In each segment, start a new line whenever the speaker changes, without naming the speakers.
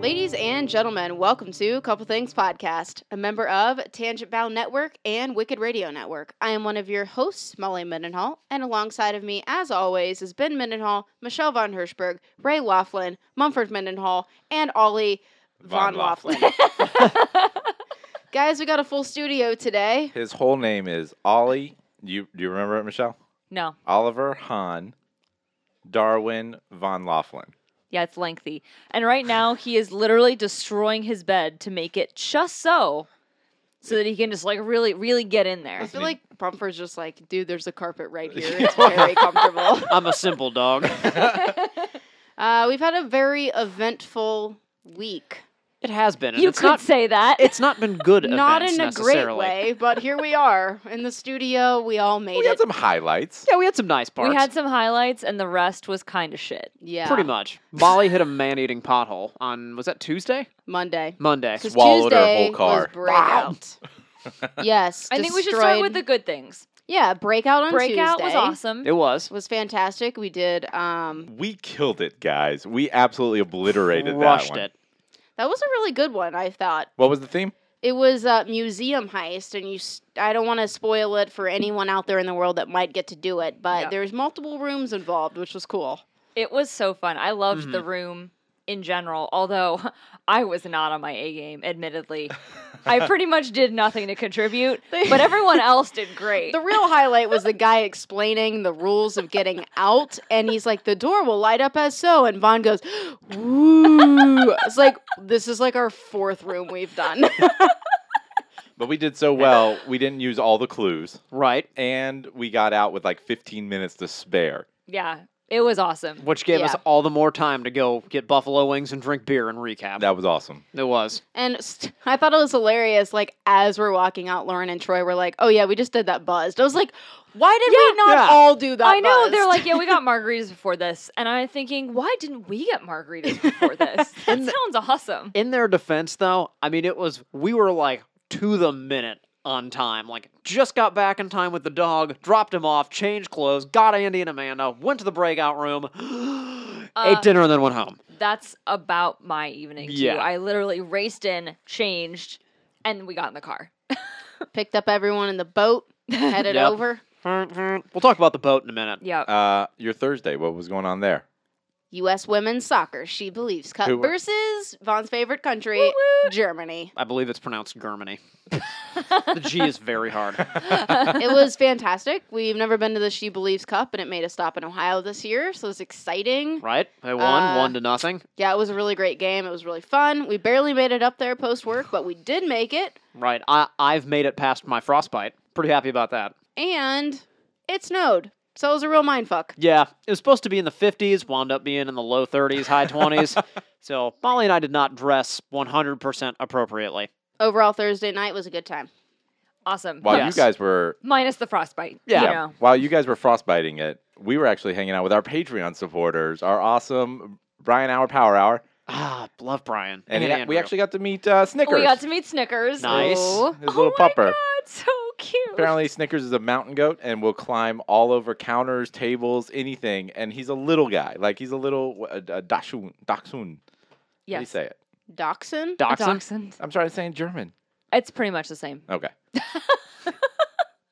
Ladies and gentlemen, welcome to Couple Things Podcast, a member of Tangent Bound Network and Wicked Radio Network. I am one of your hosts, Molly Mendenhall, and alongside of me, as always, is Ben Mendenhall, Michelle von Hirschberg, Ray Laughlin, Mumford Mendenhall, and Ollie von,
Von Laughlin.
Laughlin. Guys, we got a full studio today.
His whole name is Ollie. You do you remember it, Michelle?
No.
Oliver Hahn, Darwin von Laughlin.
Yeah, it's lengthy. And right now he is literally destroying his bed to make it just so so that he can just like really really get in
I
there.
feel
me.
like Bumper's just like, dude, there's a carpet right here. It's very comfortable.
I'm a simple dog.
Uh, we've had a very eventful week.
It has been. And
You
it's
could
not.
say that.
It's not been good.
Not
events
in a great
necessarily.
way, but here we are in the studio. We all made
We had
it.
some highlights.
Yeah, we had some nice parts.
we had some highlights and the rest was kind of shit.
yeah,
pretty much. Molly hit a man-eating pothole on was that Tuesday?
Monday.
Monday.
'Cause
Swallowed her
Tuesday
whole car.
Was breakout. yes,
I think we should start with the
destroyed-
good things.
yeah breakout on
Breakout was
Tuesday
awesome.
It was.
Was fantastic. We did. Um,
We killed it, guys. We absolutely obliterated
Crushed
that one.
it.
that was a really good one. I thought
What was the theme?
it was a museum heist, and you. s I don't want to spoil it for anyone out there in the world that might get to do it, but
Yeah.
there's multiple rooms involved, which was cool.
It was so fun. I loved the
Mm-hmm.
room in general, although I was not on my A game, admittedly. I pretty much did nothing to contribute,
They-
but everyone else did great.
The real highlight was the guy explaining the rules of getting out, and he's like, "The door will light up as so," and Vaughn goes, "Ooh!" It's like this is like our fourth room we've done.
But we did so well. We didn't use all the clues,
Right.
and we got out with like 15 minutes to spare.
yeah, it was awesome.
Which gave us
Yeah.
all the more time to go get buffalo wings and drink beer and recap.
That was awesome.
It was.
And st- I thought it was hilarious. Like as we're walking out, Lauren and Troy were like, "Oh yeah, we just did that buzzed." I was like, "Why did we not
Yeah.
all do that?"
I know they're
buzzed?"
like, yeah, we got margaritas before this, and I'm thinking, why didn't we get margaritas before this? That sounds awesome.
In their defense, though, I mean, it was. We were like to the minute on time. Like, just got back in time with the dog, dropped him off, changed clothes, got Andy and Amanda, went to the breakout room,
Uh,
ate dinner, and then went home.
That's about my evening too.
Yeah.
I literally raced in, changed, and we got in the car.
picked up everyone in the boat, headed
Yep.
over.
We'll talk about the boat in a minute.
Yeah,
Uh, your Thursday, what was going on there?
U.S. women's soccer, she believes, cup
Who were-
versus Vaughn's favorite country, Germany.
I believe it's pronounced Germany. the G is very hard.
it was fantastic. We've never been to the She Believes Cup, and it made a stop in Ohio this year, so it's exciting.
Right? They won
Uh,
one to nothing.
Yeah, it was a really great game. It was really fun. We barely made it up there post work, but we did make it,
Right. I I've made it past my frostbite. Pretty happy about that.
and it snowed, so it was a real mind fuck.
Yeah, it was supposed to be in the 50s, wound up being in the low 30s, high 20s. so Molly and I did not dress 100% appropriately.
Overall, Thursday night was a good time.
awesome.
While
Yes.
you guys were
Minus the frostbite.
Yeah.
You know.
While you guys were frostbiting it, we were actually hanging out with our Patreon supporters, our awesome Brian Hour Power Hour,
Ah, love Brian.
and
And
he-
Andrew.
we actually got to meet uh, Snickers.
We got to meet Snickers.
Nice.
Oh,
His little
oh my
pupper.
God, so cute.
Apparently, Snickers is a mountain goat and will climb all over counters, tables, anything. And he's a little guy, like he's a little a, a dachshund. Dachshund. How do you
yes.
say it?
Dachshund?
Dachshund?
Dachshund.
I'm trying to say in German.
It's pretty much the same.
Okay.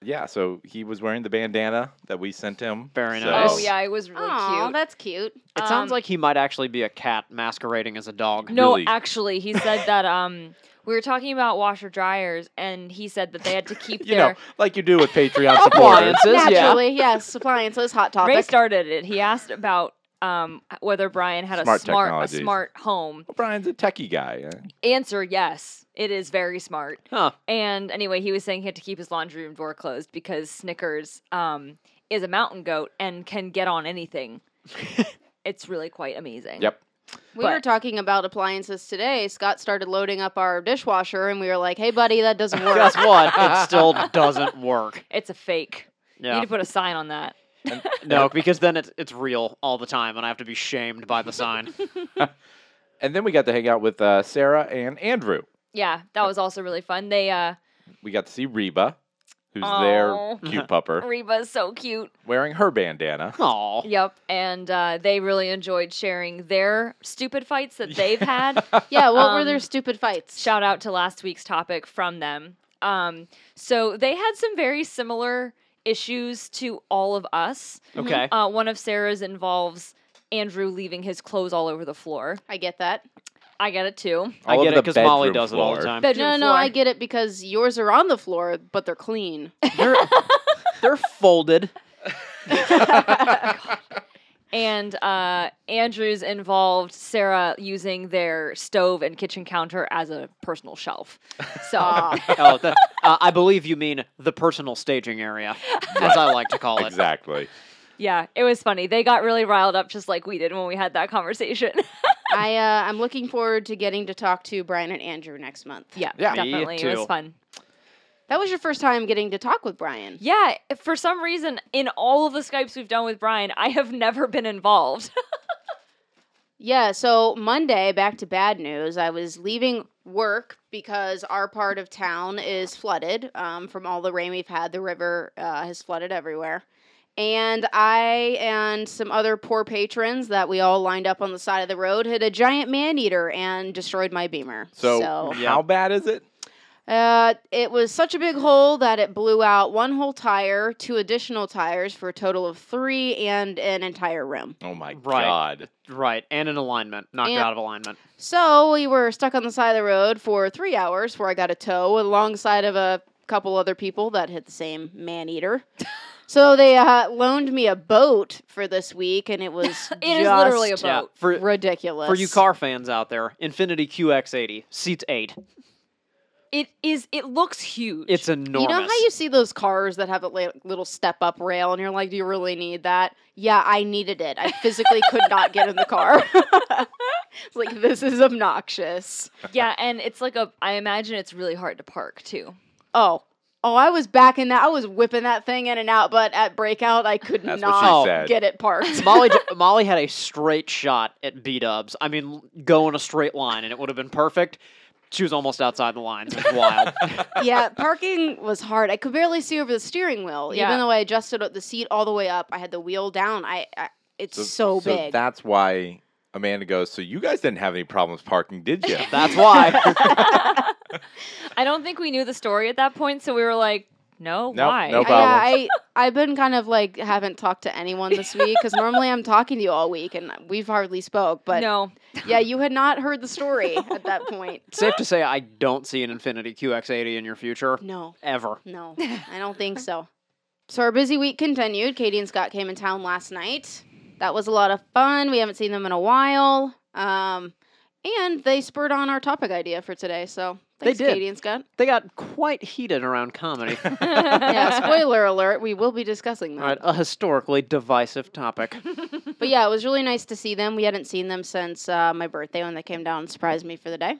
yeah. So he was wearing the bandana that we sent him.
Very
So-
nice.
Oh yeah, it was really
Aw,
cute.
that's cute.
It sounds
um,
like he might actually be a cat masquerading as a dog.
No,
really-
actually, he said that um we were talking about washer dryers, and he said that they had to keep
You
their.
know, like you do with Patreon supporters.
Appliances, yeah.
Naturally, yes. Appliances, hot topic.
Ray started it. He asked about um whether Brian had
Smart
a smart a
technologies.
smart home.
Brian's a techie guy. eh?
Answer: Yes, it is very smart.
Huh.
And anyway, he was saying he had to keep his laundry room door closed because Snickers um, is a mountain goat and can get on anything. it's really quite amazing.
Yep.
We
But-
were talking about appliances today. Scott started loading up our dishwasher, and we were like, "Hey, buddy, that doesn't work."
Guess what? It still doesn't work.
It's a fake. You
Yeah.
need to put a sign on that.
No, because then it's it's real all the time, and I have to be shamed by the sign.
And then we got to hang out with uh, Sarah and Andrew.
Yeah, that was also really fun. They uh
We got to see Reba. who's their
Aw.
cute pupper,
Reba's so cute.
wearing her bandana.
Aw.
Yep, and uh, they really enjoyed sharing their stupid fights that they've had.
Yeah, what were their
Um,
stupid fights?
Shout out to last week's topic from them. Um, so they had some very similar issues to all of us.
Okay.
Uh, one of Sarah's involves Andrew leaving his clothes all over the floor.
I get that.
I get it too.
I
All over
get it
the
because Molly
bedroom
does it all the
floor.
time.
Bedroom
No, no,
floor.
I get it because yours are on the floor, but they're clean.
They're, they're folded.
And uh, Andrew's involved Sarah using their stove and kitchen counter as a personal shelf. So
Aw.
Oh, that, uh, I believe you mean the personal staging area, as I like to call it.
exactly.
yeah, it was funny. They got really riled up, just like we did when we had that conversation.
I uh, I'm looking forward to getting to talk to Brian and Andrew next month.
yeah,
Yeah. Me
definitely, it
too.
was fun.
That was your first time getting to talk with Brian.
Yeah, for some reason, in all of the Skypes we've done with Brian, I have never been involved.
Yeah, so Monday, back to bad news. I was leaving work because our part of town is flooded um, from all the rain we've had. The river uh, has flooded everywhere. And I and some other poor patrons that we all lined up on the side of the road hit a giant man eater and destroyed my beamer.
So,
Yeah.
how bad is it?
Uh, it was such a big hole that it blew out one whole tire, two additional tires for a total of three, and an entire rim.
Oh my
Right.
god.
Right, and in alignment, knocked
And-
out of alignment.
So we were stuck on the side of the road for three hours before I got a tow alongside of a couple other people that hit the same man eater. so they uh, loaned me a boat for this week, and it was
It is literally a
just
Yeah,
boat.
for
ridiculous.
for you car fans out there, Infinity QX80 seats eight.
It is. It looks huge.
It's
You
enormous.
know how you see those cars that have a li- little step up rail, and you're like, "Do you really need that?" Yeah, I needed it. I physically could not get in the car. It's like this is obnoxious.
yeah, and it's like a. I imagine it's really hard to park too.
Oh, oh, I was backing that. I was whipping that thing in and out, but at breakout, I could
That's what she
not
said.
get it parked.
Molly j- Molly had a straight shot at B Dubs. I mean, l- go in a straight line, and it would have been perfect. She was almost outside the lines. It was wild.
yeah, parking was hard. I could barely see over the steering wheel,
Yeah.
even though I adjusted the seat all the way up. I had the wheel down. I, I it's so, big.
that's why Amanda goes, So you guys didn't have any problems parking, did you?
That's why.
I don't think we knew the story at that point, so we were like, "No,
Nope,
why?"
nope.
I- yeah,
problems.
I I've been kind of like haven't talked to anyone this week because normally I'm talking to you all week and we've hardly spoke. But
no,
yeah, you had not heard the story at that point.
Safe to say, I don't see an Infinity QX80 in your future
No,
ever.
no, I don't think so. So our busy week continued. Katie and Scott came in town last night. That was a lot of fun. We haven't seen them in a while. Um, and they spurred on our topic idea for today. So
They
thanks,
did.
Katie and Scott.
They got quite heated around comedy.
yeah, spoiler alert, we will be discussing that.
All right, a historically divisive topic.
But yeah, it was really nice to see them. We hadn't seen them since uh, my birthday when they came down and surprised me for the day.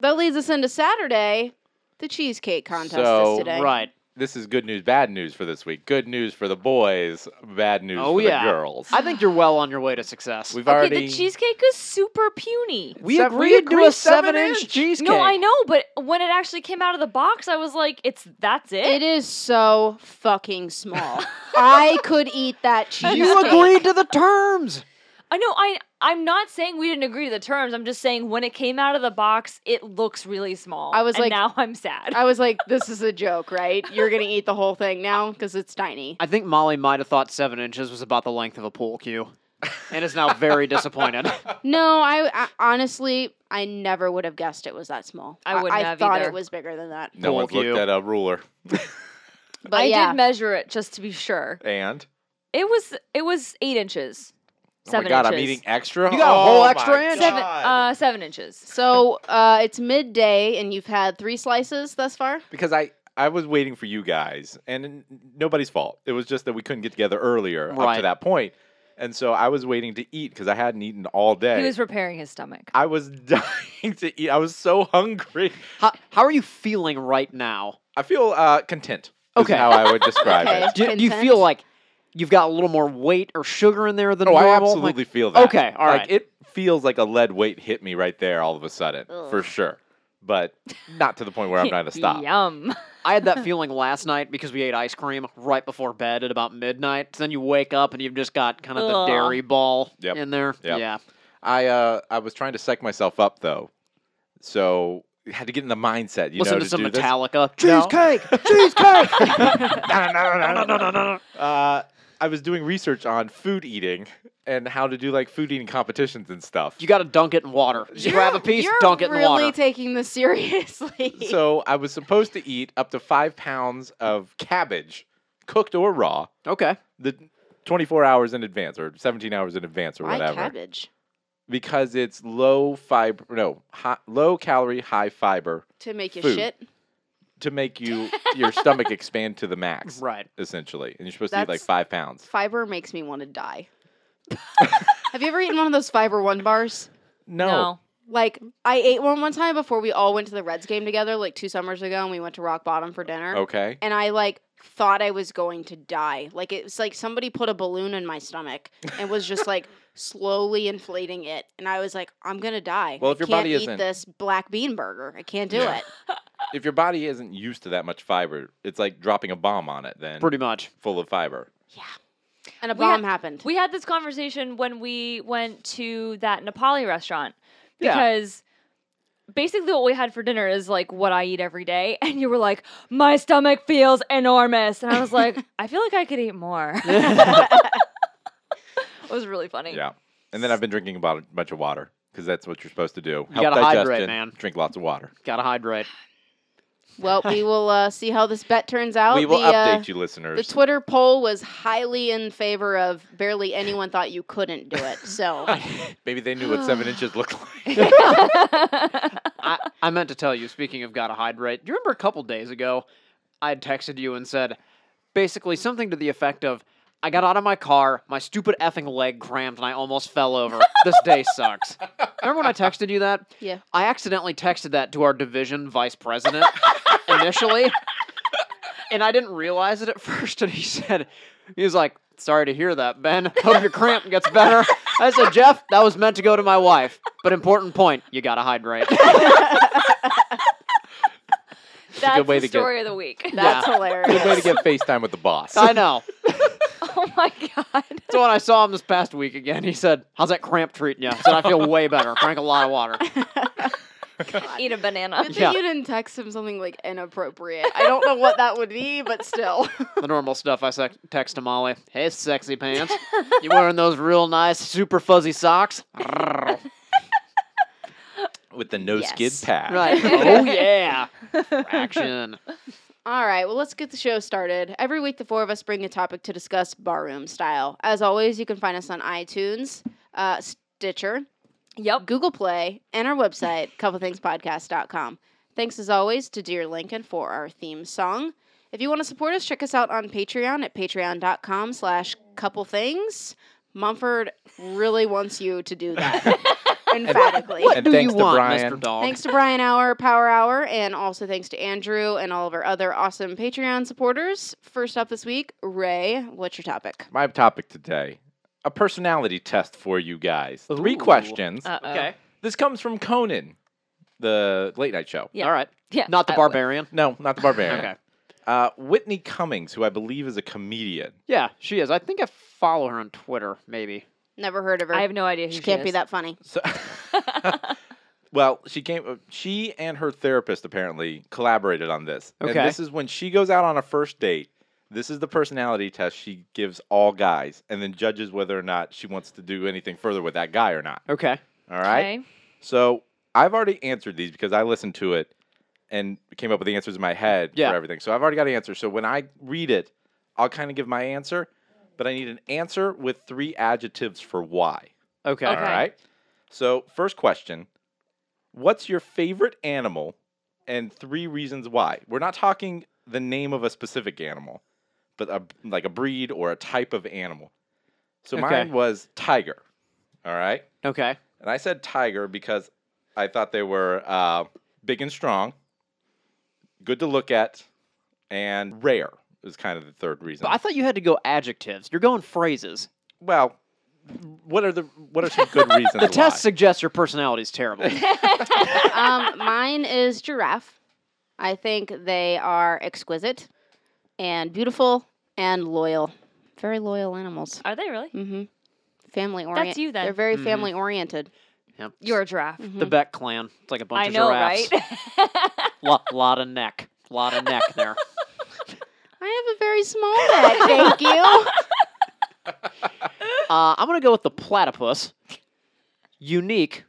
That leads us into Saturday. The cheesecake contest
So,
is today.
Right.
this is good news, bad news for this week. Good news for the boys, bad news
Oh,
for
yeah.
the girls.
I think you're well on your way to success.
We've
okay,
already
the cheesecake is super puny.
we
Seven-
agreed,
we
to a
agreed seven
seven-inch
inch.
cheesecake.
No, I know, but when it actually came out of the box, I was like, "It's that's it."
It is so fucking small. I could eat that cheesecake.
You agreed to the terms.
I know. I I'm not saying we didn't agree to the terms. I'm just saying when it came out of the box, it looks really small.
I was
and
like-
now I'm sad.
I was like, this is a joke, right? You're going to eat the whole thing now because it's tiny.
I think Molly might have thought seven inches was about the length of a pool cue, and is now very disappointed.
No, I, I honestly, I never would have guessed it was that small.
I wouldn't
I,
have
thought
either.
it was bigger than that.
no
Full
one's
of you.
looked at a ruler.
But
I
yeah,
did measure it just to be sure.
And
It was it was eight inches. Seven
oh my god,
inches.
I'm eating extra.
You got a whole
Oh
extra
my
inch?
seven
God.
uh seven inches.
so uh, it's midday and you've had three slices thus far.
because I I was waiting for you guys, and n- nobody's fault. It was just that we couldn't get together earlier up
Right.
to that point, and so I was waiting to eat because I hadn't eaten all day.
He was repairing his stomach.
I was dying to eat. I was so hungry.
How, how are you feeling right now?
I feel uh, content. is
Okay.
how I would describe
Okay.
it.
Do, do you feel
Content?
like you've got a little more weight or sugar in there than
Oh,
normal?
I
Like-
absolutely feel that.
Okay, all
Like,
right.
It feels like a lead weight hit me right there all of a sudden, for
Ugh.
sure. but not to the point where I'm trying to stop.
Yum.
I had that feeling last night because we ate ice cream right before bed at about midnight. So then you wake up and you've just got kind of the
Ugh.
dairy ball
Yep.
in there.
Yep.
Yeah.
I uh, I was trying to psych myself up though, so you had to get in the mindset. You
Listen
know,
to,
to
some
do this.
Metallica.
No.
Cheesecake! Cheesecake!
No, no, no,
no,
no,
no, no, no, no.
Uh, I was doing research on food eating and how to do like food eating competitions and stuff.
You got to dunk it in water. Just grab a piece, dunk it in
really
water.
taking this seriously.
so I was supposed to eat up to five pounds of cabbage, cooked or raw,
okay.
the 24 hours in advance or 17 hours in advance or
Why
whatever,
cabbage?
because it's low fiber, no, high, low calorie, high fiber
To make you
Food.
shit?
to make you your stomach expand to the max,
Right.
essentially. And you're supposed to eat like
That's-
five pounds.
Fiber makes me want to die. Have you ever eaten one of those Fiber One bars?
No.
Like, I ate one one time before we all went to the Reds game together, like two summers ago, and we went to Rock Bottom for dinner.
Okay.
And I, like, thought I was going to die. Like, it was like somebody put a balloon in my stomach and was just, like, slowly inflating it. And I was like, I'm going to die.
Well,
I
if your
can't
body
eat
isn't-
this black bean burger. I can't do
Yeah.
it.
If your body isn't used to that much fiber, it's like dropping a bomb on it then.
Pretty much.
full of fiber.
And a
We had-
bomb happened.
We had this conversation when we went to that Nepali restaurant
Yeah.
because basically what we had for dinner is like what I eat every day. And you were like, my stomach feels enormous. And I was like, I feel like I could eat more. it was really funny.
Yeah. And then I've been drinking about a bunch of water because that's what you're supposed to do.
You gotta hydrate, man.
Drink lots of water.
Got to hydrate.
Well, we will uh, see how this bet turns out.
we will
the, uh,
update you,
The
listeners.
Twitter poll was highly in favor of barely anyone thought you couldn't do it. So
Maybe they knew what seven inches looked like.
I, I meant to tell you, speaking of gotta hydrate, do you remember a couple days ago I had texted you and said basically something to the effect of I got out of my car, my stupid effing leg cramped, and I almost fell over. this day sucks. Remember when I texted you that?
yeah,
I accidentally texted that to our division vice president initially. And I didn't realize it at first. And he said, he was like, sorry to hear that, Ben. Hope your cramp gets better. I said, Jeff, that was meant to go to my wife. But important point, you gotta hydrate.
That's
way
the
to get-
story of the week.
that's
Good way
hilarious.
to get FaceTime with the boss.
I know.
oh my God.
So when I saw him this past week again, he said, how's that cramp treating you? I said, I feel way better. Drank a lot of water.
Eat a banana.
Good
Yeah.
thing you didn't text him something like inappropriate. I don't know what that would be, but still.
The normal stuff I sec- text to Molly. Hey, sexy pants. You wearing those real nice, super fuzzy socks?
With the no skid
Yes.
pad.
Right. oh yeah. Action.
All right, well, let's get the show started. Every week, the four of us bring a topic to discuss barroom style. As always, you can find us on iTunes, uh, Stitcher,
Yep.
Google Play, and our website, couplethinkspodcast.com. Thanks as always to Dear Lincoln for our theme song. If you want to support us, check us out on Patreon at patreon.com slash couple things. Mumford really wants you to do that. emphatically.
What
And
do
thanks
you
to
want,
Brian.
Mr. Dog?
Thanks to Brian Hour, Power Hour, and also thanks to Andrew and all of our other awesome Patreon supporters. First up this week, Ray, what's your topic?
My topic today a personality test for you guys. Three
Ooh. Uh,
questions.
Uh-oh.
Okay.
this comes from Conan, the late night show.
Yeah.
All right.
Yeah. Uh,
Not the
I-
barbarian.
No, not the barbarian.
Okay.
Uh, Whitney Cummings, who I believe is a comedian.
Yeah, she is. I think I follow her on Twitter, maybe.
Never heard of her.
I have no idea who
she
she,
can't be
is.
that funny.
So, well, she came. uh, She and her therapist apparently collaborated on this.
Okay.
And this is when she goes out on a first date. This is the personality test she gives all guys, and then judges whether or not she wants to do anything further with that guy or not.
Okay.
All right.
Okay.
So I've already answered these because I listened to it and came up with the answers in my head
Yeah.
for everything. So I've already got an answer. So when I read it, I'll kind of give my answer, but I need an answer with three adjectives for why.
Okay.
All right. So, first question What's your favorite animal and three reasons why? We're not talking the name of a specific animal, but a, like a breed or a type of animal. So,
Okay.
mine was tiger. All right.
Okay.
And I said tiger because I thought they were uh, big and strong, good to look at, and rare is kind of the third reason.
But I thought you had to go adjectives. You're going phrases.
well, what are the what are some good reasons?
The test suggests your personality is terrible.
um, mine is giraffe. I think they are exquisite and beautiful and loyal. Very loyal animals.
Are they really?
Mm-hmm. Family oriented.
you then. Mm-hmm.
They're very
Mm-hmm.
Mhm.
family oriented.
Yep.
You're a giraffe.
the Beck clan. It's like a bunch
I
of
know,
giraffes.
right?
Lot, lot of neck. Lot of neck there.
I have a very small neck, thank you.
Uh, I'm gonna go with the platypus. Unique,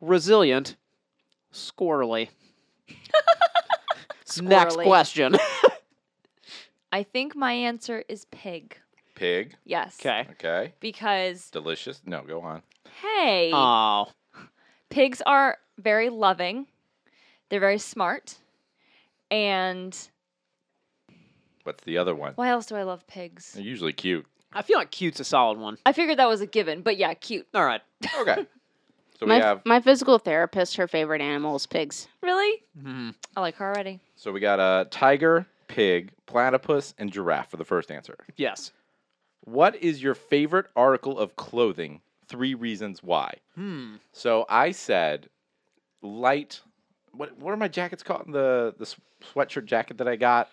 resilient, squirrely. Next
Squirrely.
question.
I think my answer is pig.
Pig.
Yes.
Okay.
Okay.
Because
Delicious. No, go on.
hey,
Oh,
pigs are very loving. They're very smart. And
What's the other one?
why else do I love pigs?
They're usually cute.
I feel like cute's a solid one.
I figured that was a given, but yeah, cute.
All right.
Okay. So we
my,
have
my physical therapist, her favorite animal is pigs.
Really?
Hmm.
I like her already.
so we got a tiger, pig, platypus, and giraffe for the first answer.
Yes.
What is your favorite article of clothing? Three reasons why.
Hmm.
So I said, light. What what are my jackets called? The the s- sweatshirt jacket that I got.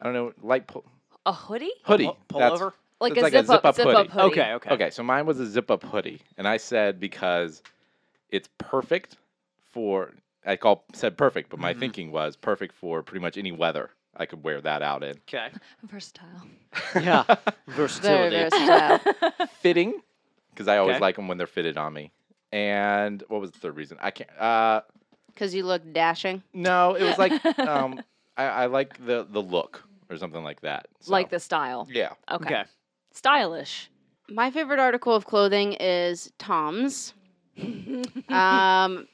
I don't know. Light po-
A hoodie?
hoodie.
Pull,
That's-
over.
Like,
It's
a,
like
zip
a zip-up
up, zip up
hoodie.
hoodie.
Okay. Okay.
Okay, so mine was a zip up hoodie, and I said because it's perfect for I call said perfect, but my
Mhm.
thinking was perfect for pretty much any weather. I could wear that out in.
Okay.
Versatile.
Yeah.
Very
Versatility.
versatile.
Fitting, because I always
Okay.
like them when they're fitted on me. And what was the third reason? I can't. Uh,
Because you look dashing.
no, it was like um, I, I like the the look or something like that. so-
Like the style.
Yeah.
Okay.
Okay.
Stylish.
My favorite article of clothing is Tom's. um,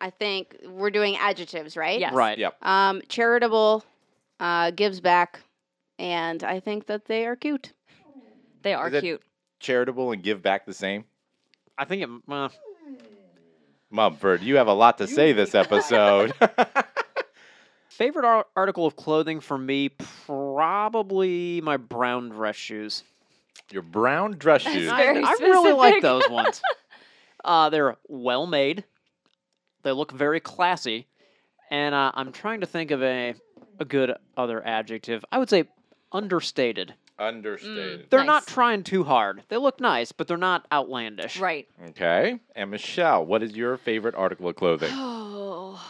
I think we're doing adjectives, right?
Yes.
Right.
Yep.
Um, charitable, uh, gives back, and I think that they are cute.
They are
Is it-
cute.
Charitable and give back the same.
I think it. Uh,
Mumford, you have a lot to say this episode.
favorite ar- article of clothing for me, probably my brown dress shoes.
Your brown dress
That's
shoes.
very-
I really like
specific.
those ones. Uh, they're well made. They look very classy, and uh, I'm trying to think of a a good other adjective. I would say understated.
Understated.
They're not
Nice.
trying too hard. They look nice, but they're not outlandish.
Right.
Okay. And Michelle, what is your favorite article of clothing?
Oh.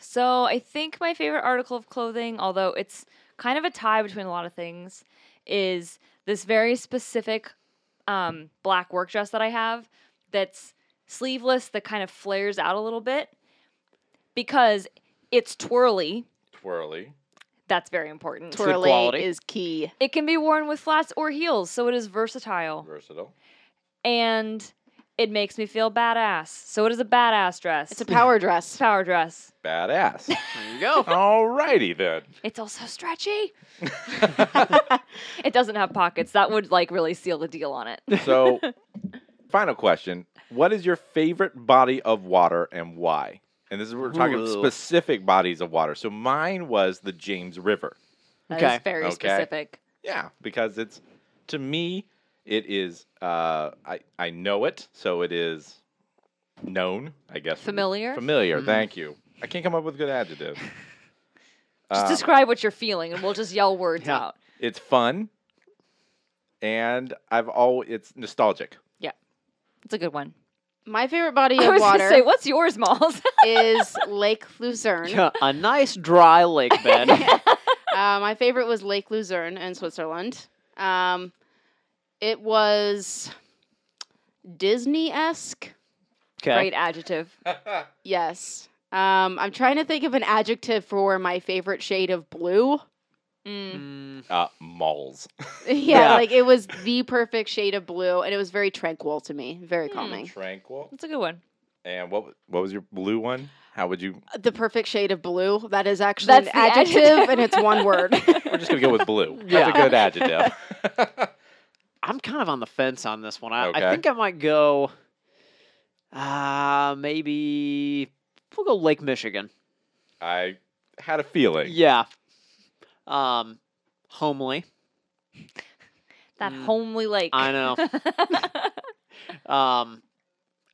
So I think my favorite article of clothing, although it's kind of a tie between a lot of things, is this very specific um, black work dress that I have that's sleeveless, that kind of flares out a little bit because it's twirly.
Twirly.
That's very important.
Twir-
Twirly
quality.
is key.
it can be worn with flats or heels, so it is versatile.
Versatile.
And it makes me feel badass. So it is a badass dress.
It's a power dress.
power dress.
Badass.
There you go.
Alrighty then.
It's also stretchy. It doesn't have pockets. That would like really seal the deal on it.
So, final question. What is your favorite body of water and why? And this is we're talking
Ooh.
specific bodies of water. So mine was the James River.
That is
Okay.
very
Okay.
specific.
Yeah, because it's to me it is uh I I know it, so it is known, I guess.
Familiar? Mm-hmm.
Familiar.
Mhm.
Thank you. I can't come up with good adjectives.
Just
Uh,
describe what you're feeling and we'll just yell words
Yeah.
out.
it's fun, and I've all it's nostalgic.
It's a good one.
My favorite body
I
of
was
water
gonna say, what's yours, Malls?
is Lake Luzerne.
Yeah, a nice dry lake bed.
Uh, my favorite was Lake Luzerne in Switzerland. Um, it was Disney esque.
Okay.
Great adjective.
Uh,
Yes. Um, I'm trying to think of an adjective for my favorite shade of blue.
Mm.
Mm,
Uh, malls.
yeah,
Yeah.
like it was the perfect shade of blue, and it was very tranquil to me, very
Hmm.
calming.
Tranquil.
That's a good one.
And what wa- what was your blue one? How would you?
The perfect shade of blue. That is actually
That's
an
the
adjective,
adjective.
and it's one word.
We're just gonna go with blue.
Yeah.
That's a good adjective.
I'm kind of on the fence on this one. I,
Okay.
I think I might go. Uh, maybe we'll go Lake Michigan.
I had a feeling.
Yeah. Um, homely.
That
Mm.
homely like.
I know. Um,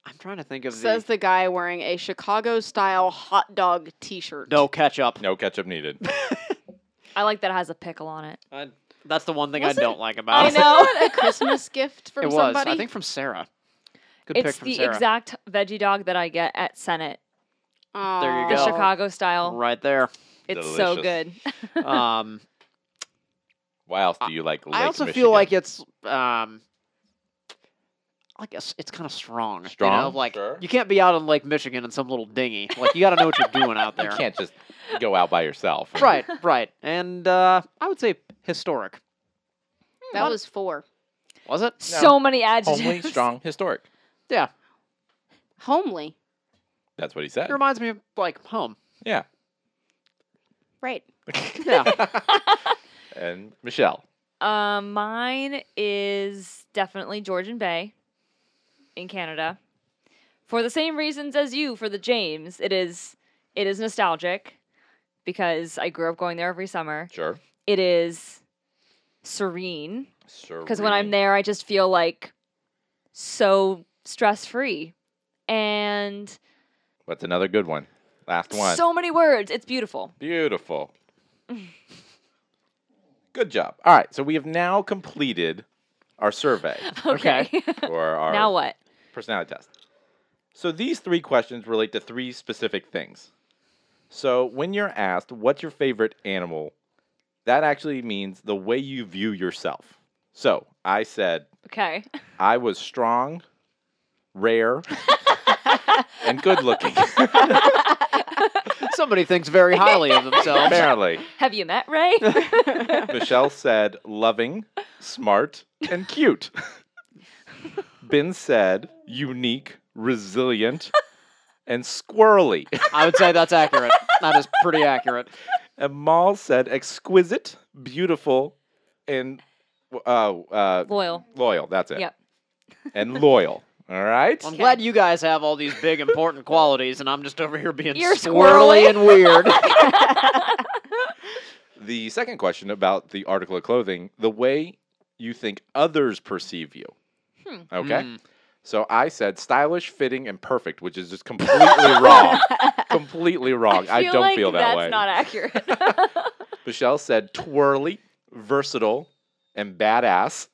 I'm trying to think of
Says
the
the guy wearing a Chicago style hot dog t shirt.
no ketchup.
No ketchup needed.
I like that it has a pickle on it.
I- that's the one thing
Was
I
it-
don't like about
I
it.
know.
a Christmas gift from
it was.
somebody.
I think from Sarah. Good pick
it's
from
the
Sarah.
exact veggie dog that I get at Senate,
There you
the
go.
Chicago style.
right there.
It's so
Delicious.
good.
Um,
Why else do you like? Lake
I also
Michigan?
feel like it's um, like it's, it's kind of strong. You know?
Strong?
Like
Sure.
you can't be out in Lake Michigan in some little dinghy. Like you got to know what you're doing out there.
you can't just go out by yourself. and-
Right, right. And uh, I would say historic.
that was four.
Was it?
So many adjectives.
Homely, strong, historic.
Yeah.
Homely.
That's what he said.
It reminds me of like home.
Yeah.
Right.
Yeah.
And Michelle.
Um, mine is definitely Georgian Bay in Canada. For the same reasons as you for the James, it is it is nostalgic because I grew up going there every summer.
Sure.
It is serene
Sure.
because when I'm there, I just feel like so stress free and
What's another good one? Last one.
so many words. It's beautiful.
Beautiful. Good job. All right. So we have now completed our survey
Okay.
or our
now what?
personality test. So these three questions relate to three specific things. So when you're asked, what's your favorite animal? That actually means the way you view yourself. So I said,
Okay.
I was strong, rare, and good looking.
Somebody thinks very highly of themselves.
Apparently.
Have you met Ray?
Michelle said loving, smart, and cute. ben said unique, resilient, and squirrely.
I would say that's accurate. That is pretty accurate.
And Mal said exquisite, beautiful, and uh, uh,
Loyal.
loyal. That's it.
Yep.
And loyal. All right.
I'm glad you guys have all these big important qualities, and I'm just over here being
You're
squirrely
squirrely.
and weird.
The second question about the article of clothing the way you think others perceive you.
Hmm.
Okay.
Mm.
So I said stylish, fitting, and perfect, which is just completely wrong. completely wrong. I,
feel
don't
like
feel that
that's
way.
not accurate.
Michelle said twirly, versatile, and badass.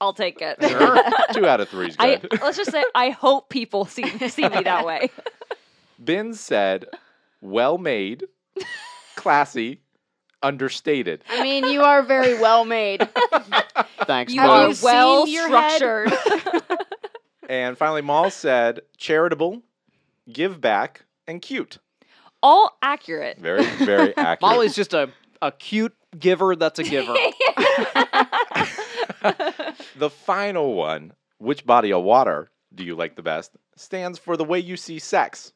I'll take it.
Sure.
Two out of three is
I
good.
let's just say I hope people see see me that way.
ben said well made, classy, understated.
I mean, you are very well made.
Thanks,
You
Have
Mom.
are
you seen
well
your head?
structured.
And finally, Maul said charitable, give back, and cute.
All accurate.
Very, very accurate.
Molly's just a, a cute giver that's a giver.
The final one, which body of water do you like the best, stands for the way you see sex.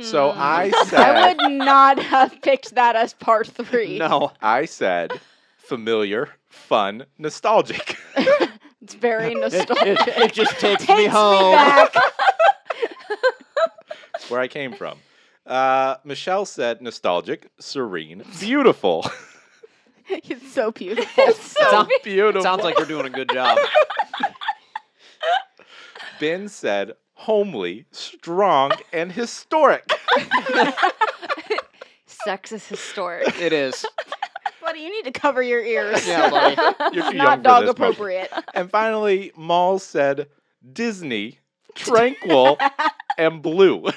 So I
Hmm. I
said,
would not have picked that as part three.
no.
I said, familiar, fun, nostalgic.
It's very
It, Oh.
nostalgic.
it, it just takes,
Takes
me
me
home.
back.
where I came from. Uh, Michelle said nostalgic, serene, beautiful.
it's so beautiful.
Sound-
beautiful.
sounds like you're doing a good job.
Ben said homely, strong, and historic.
Sex is historic.
It is.
Buddy, you need to cover your ears.
Yeah, buddy.
You're too young
Not
for
dog
this, Mom.
appropriate.
And finally, Maul said Disney, tranquil, and blue.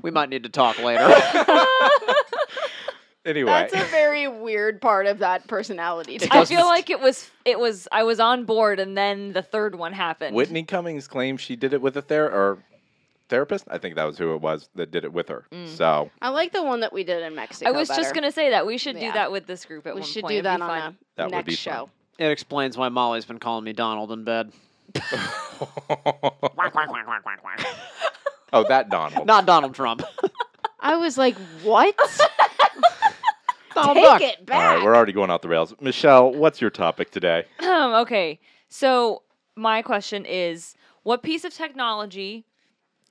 We might need to talk later.
Anyway,
That's a very weird part of that personality
It
type.
I
does-
feel like it was it was I was on board and then the third one happened.
Whitney Cummings claims she did it with a ther- or therapist. I think that was who it was that did it with her. So
I like the one that we did in Mexico.
I was just
better.
gonna say that we should
Yeah.
do that with this group at
We
one
should
point.
do
It'd be
that on
fun.
a
That would
next
be fun.
show.
it explains why Molly's been calling me Donald in bed.
oh, that Donald.
Not Donald Trump.
I was like, what?
Donald
Take
Duck.
it
All
back.
right, we're already going off the rails. Michelle, what's your topic today?
Um, okay. So my question is what piece of technology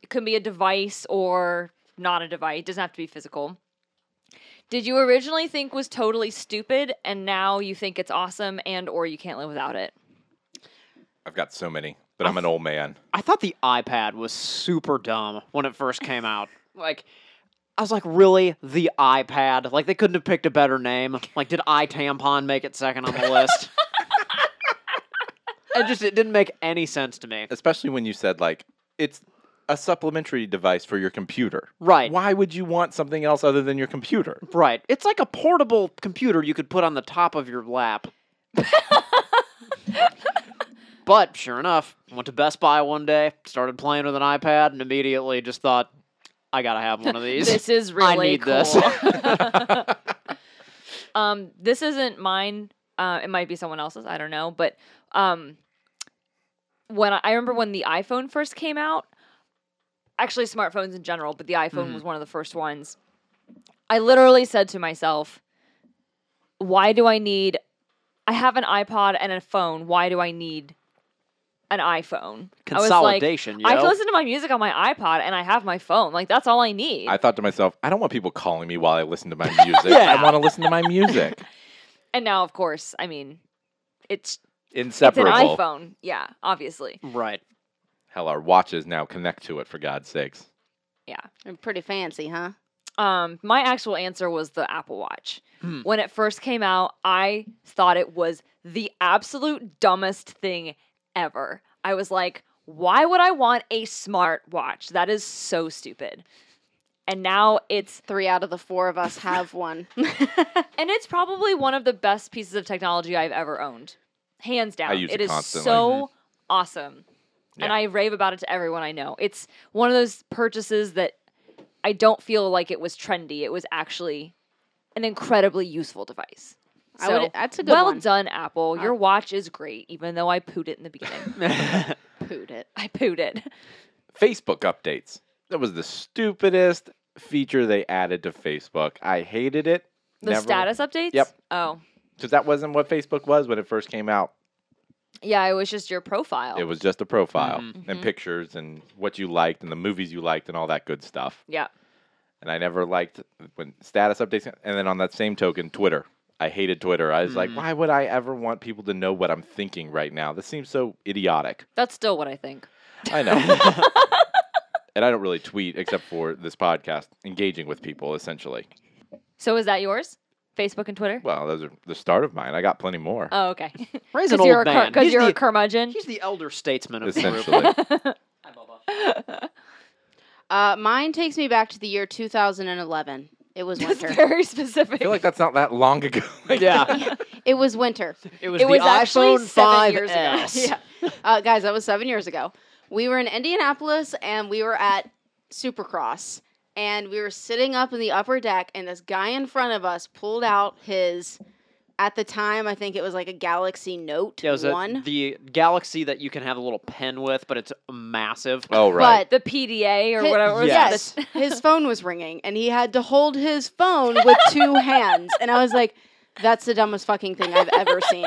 it can be a device or not a device, it doesn't have to be physical. did you originally think was totally stupid and now you think it's awesome and or you can't live without it?
I've got so many, but I'm an old man.
I thought the iPad was super dumb when it first came out. Like, I was like, really? The iPad? Like, they couldn't have picked a better name. Like, did iTampon make it second on the list? it just it didn't make any sense to me.
Especially when you said like it's a supplementary device for your computer.
Right.
Why would you want something else other than your computer?
Right. It's like a portable computer you could put on the top of your lap. but sure enough, went to Best Buy one day, started playing with an iPad, and immediately just thought, I gotta have one of these.
This is really
need
cool.
this.
um, this isn't mine. Uh, it might be someone else's. I don't know. But um, when I, I remember when the iPhone first came out, actually smartphones in general, but the iPhone
Mm-hmm.
was one of the first ones. I literally said to myself, "Why do I need? I have an iPod and a phone. Why do I need?" An iPhone. I was like,
Consolidation,
I
yo.
can listen to my music on my iPod and I have my phone. Like that's all I need.
I thought to myself, I don't want people calling me while I listen to my music. I
Yeah.
want to listen to my music.
and now, of course, I mean, it's it's an
Inseparable.
iPhone. Yeah, obviously.
right.
Hell, our watches now connect to it for God's sakes.
They're pretty fancy, huh?
Um, my actual answer was the Apple Watch.
Hmm.
When it first came out, I thought it was the absolute dumbest thing ever. I was like, why would I want a smart watch? That is so stupid. And now it's
Three out of the four of us have one.
And it's probably one of the best pieces of technology I've ever owned. Hands down.
use it
it is
constantly. Mm-hmm.
so awesome. And
Yeah.
I rave about it to everyone I know. It's one of those purchases that I don't feel like it was trendy. It was actually an incredibly useful device.
I would-
So,
that's a good
well
one.
done, Apple.
Uh,
Your watch is great, even though I pooed it in the beginning.
Pooed it.
I pooed it.
Facebook updates. That was the stupidest feature they added to Facebook. I hated it.
The status updates?
Yep.
Oh.
Because that wasn't what Facebook was when it first came out.
Yeah, it was just your profile.
It was just a profile
Mhm.
and
Mhm.
pictures and what you liked and the movies you liked and all that good stuff.
yeah.
And I never liked when status updates. And then on that same token, Twitter. I hated Twitter. I was like,
Mm.
why would I ever want people to know what I'm thinking right now? This seems so idiotic.
That's still what I think.
I know. and I don't really tweet except for this podcast, engaging with people essentially.
So is that yours? Facebook and Twitter?
Well, those are the start of mine. I got plenty more.
Oh, okay.
Raise an
Because you're,
old
a, cur-
man.
'cause
He's
you're a
the,
curmudgeon.
he's the elder statesman of the group.
essentially.
Uh, mine takes me back to the year 2011. It was
That's
winter.
very
I
specific.
feel like that's not that long ago. Like,
yeah,
it was winter.
it was
it
the
was actually seven
iPhone 5
years ago. Yeah.
Uh, guys, that was seven years ago. We were in Indianapolis and we were at Supercross. And we were sitting up in the upper deck, and this guy in front of us pulled out his, at the time, I think it was like a Galaxy Note
Yeah, it was a-
1.
the Galaxy that you can have a little pen with, but it's massive.
Oh right.
The PDA or
Hi-
whatever. was
Yes.
this-
his phone was ringing and he had to hold his phone with two hands and i was like that's the dumbest fucking thing i've ever seen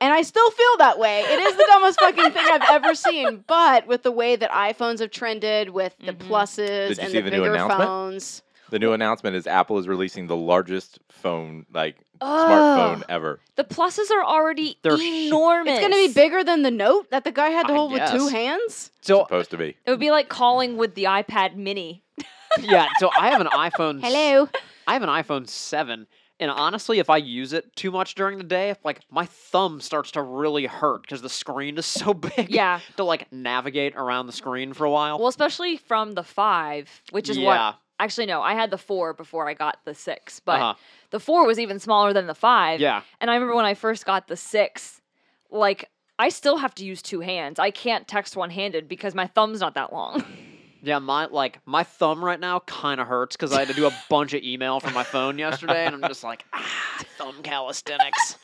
and i still feel that way it is the dumbest fucking thing i've ever seen but with the way that iphones have trended with the
Mhm.
pluses
Did you
and
see
the,
the new
bigger
announcement?
phones
the new announcement is Apple is releasing the largest phone, like smartphone
Ugh.
ever.
The pluses are already
They're hu-
enormous.
it's going to be bigger than the note that the guy had to
I
hold with two
guess.
hands
So
Supposed to be.
It would be like calling with the iPad Mini.
yeah, so I have an iPhone. s-
hello
I have an iPhone seven, and honestly, if I use it too much during the day, like my thumb starts to really hurt because the screen is so big.
Yeah.
to like navigate around the screen for a while.
Well, especially from the five, which is
Yeah.
what. Actually, no, I had the four before I got the six, but
Uh-huh.
the four was even smaller than the five.
yeah,
And I remember when I first got the six, like I still have to use two hands. I can't text one handed because my thumb's not that long.
yeah. My like my thumb right now kind of hurts because I had to do a bunch of email from my phone yesterday, and I'm just like, ah, thumb calisthenics.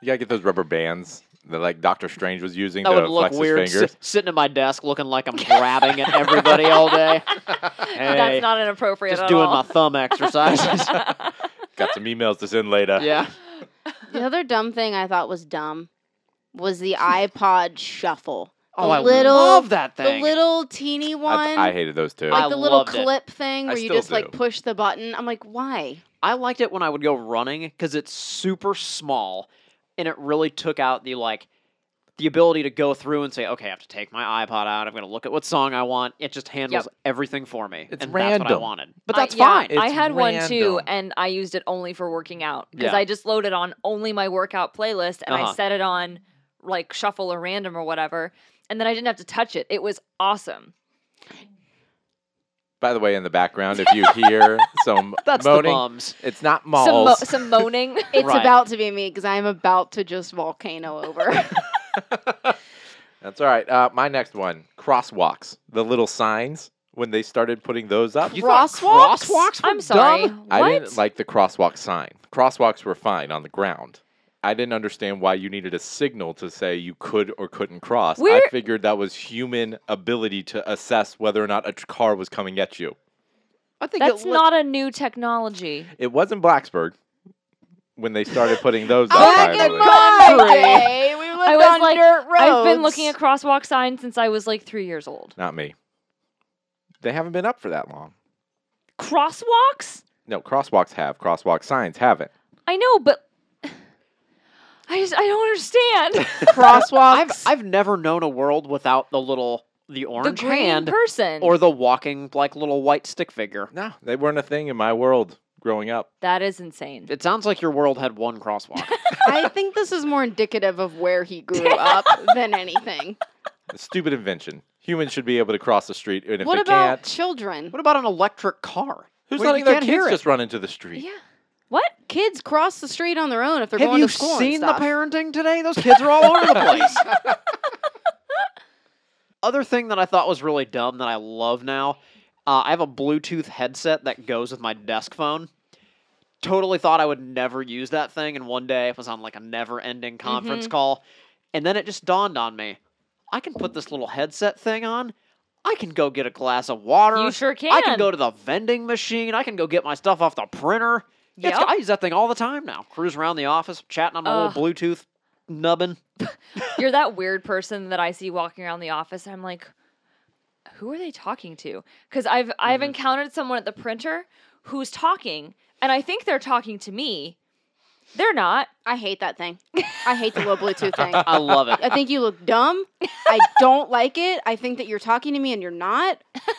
You gotta get those rubber bands that like Doctor Strange was using
That
to
would look
flex
weird.
his
si-
fingers.
sitting at my desk looking like I'm grabbing at everybody all day. Hey,
That's not inappropriate
just
at
doing
all.
my thumb exercises.
Got some emails to send later.
yeah.
the other dumb thing i thought was dumb was the ipod shuffle
Oh,
The
I
little-
love that thing.
The little teeny
I,
one.
th- I hated those too.
like
I
the little
loved it.
clip thing
I
where you
still
just like
do.
push the button. I'm like, why?
I liked it when I would go running because it's super small, and it really took out the like the ability to go through and say, okay, I have to take my iPod out. I'm gonna look at what song I want. It just handles everything for me,
It's
and that's what I
random.
wanted. But
I-
that's
yeah,
fine.
It's
I had one too,
random.
and I used it only for working out because
Yeah.
I just loaded on only my workout playlist and I
Uh-huh.
set it on like shuffle or random or whatever, and then I didn't have to touch it. It was awesome.
By the way, in the background, if you hear some
that's the
moaning,
mums.
it's not
Some, mo-
malls.
some moaning.
It's
Right.
about to be me because I'm about to just volcano over.
That's all right. Uh, my next one: crosswalks. The little signs when they started putting those up.
You thought
Crosswalks?
crosswalks were
I'm sorry.
dumb?
What?
I didn't like the crosswalk sign. Crosswalks were fine on the ground. I didn't understand why you needed a signal to say you could or couldn't cross.
Where-
I figured that was human ability to assess whether or not a tr- car was coming at you.
I think
That's
it looked-
not a new technology.
It wasn't Blacksburg when they started putting those up.
Back
I
in
believe.
my
Country.
day, we lived
I was
on
like,
dirt roads.
I've been looking at crosswalk signs since I was like three years old.
Not me. They haven't been up for that long.
Crosswalks?
No, crosswalks have. Crosswalk signs haven't.
I know, but I just I don't understand.
I've
crosswalks.
I've never known a world without the little the
the
orange
green
hand
person.
or the walking like little white stick figure.
No, they weren't a thing in my world growing up.
that is insane.
It sounds like your world had one crosswalk.
I think this is more indicative of where he grew up than anything.
A stupid invention. Humans should be able to cross the street, and if
what
they
about
can't,
children?
what about an electric car?
who's
Well,
letting
you
their
can't hear
kids
it.
just run into the street?
Yeah. What?
Kids cross the street on their own if they're
Have
going
you
to school. and
seen the
stuff.
parenting today? Those kids are all over the place. Other thing that I thought was really dumb that I love now, uh, I have a Bluetooth headset that goes with my desk phone. Totally thought I would never use that thing, and one day it was on like a never-ending conference
Mm-hmm.
call, and then it just dawned on me: I can put this little headset thing on. I can go get a glass of water.
You sure
I can
can.
go to the vending machine. I can go get my stuff off the printer. It's-
Yep.
I use that thing all the time now. Cruise around the office, chatting on my
Ugh.
little Bluetooth nubbin.
You're that weird person that I see walking around the office and I'm like, who are they talking to? Because I've I've Mm-hmm. encountered someone at the printer who's talking, and I think they're talking to me. They're not.
I hate that thing. I hate the little Bluetooth thing.
I love it.
I think you look dumb. I don't like it. I think that you're talking to me and you're not.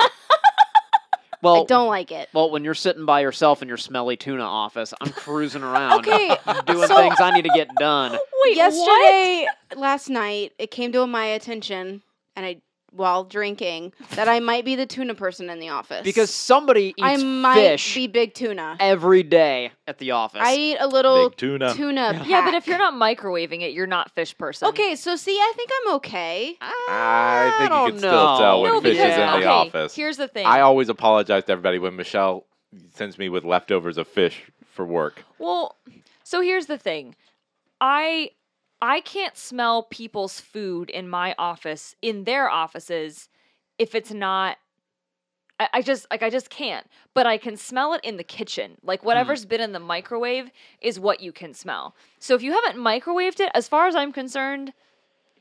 Well,
I don't like it.
well, when you're sitting by yourself in your smelly tuna office, I'm cruising
Oh,
around,
Okay,
doing
so-
things I need to get done.
Wait,
Yesterday, last night, it came to my attention, and I, while drinking, that I might be the tuna person in the office
Because somebody eats
I might
fish
be big tuna.
every day at the office.
I eat a little
Big tuna.
tuna. Pack.
Yeah, but if you're not microwaving it, you're not fish person.
okay, so see, I think I'm okay.
I think
don't
you can still tell
know.
when
No,
fish
because
is in the
okay,
office.
Here's the thing.
I always apologize to everybody when Michelle sends me with leftovers of fish for work.
Well, so here's the thing. I I can't smell people's food in my office, in their offices, if it's not I, I just like I just can't. But I can smell it in the kitchen. Like whatever's
Mm.
been in the microwave is what you can smell. So if you haven't microwaved it, as far as I'm concerned,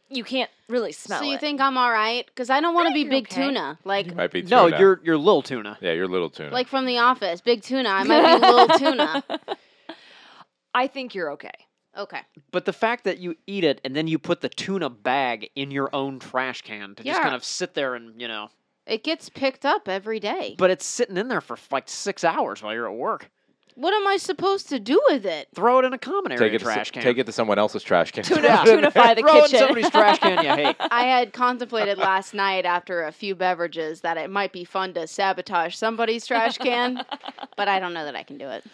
you can't really smell
so you
it.
think I'm all right? Because I don't want to be
think you're
big
okay.
tuna, like
Might be
no,
tuna.
you're you're little tuna.
yeah, you're little tuna.
like from The Office. Big tuna. I might be little tuna.
I think you're okay.
Okay.
But the fact that you eat it and then you put the tuna bag in your own trash can to just
Yeah.
kind of sit there and you know,
It gets picked up every day.
but it's sitting in there for like six hours while you're at work.
what am I supposed to do with it?
Throw it in a common area
take it, to s-
trash can.
take it to someone else's trash can.
Tuna
Yeah.
tunify the
Throw it in
kitchen.
somebody's trash can you hate.
I had contemplated last night after a few beverages that it might be fun to sabotage somebody's trash can, but I don't know that I can do it.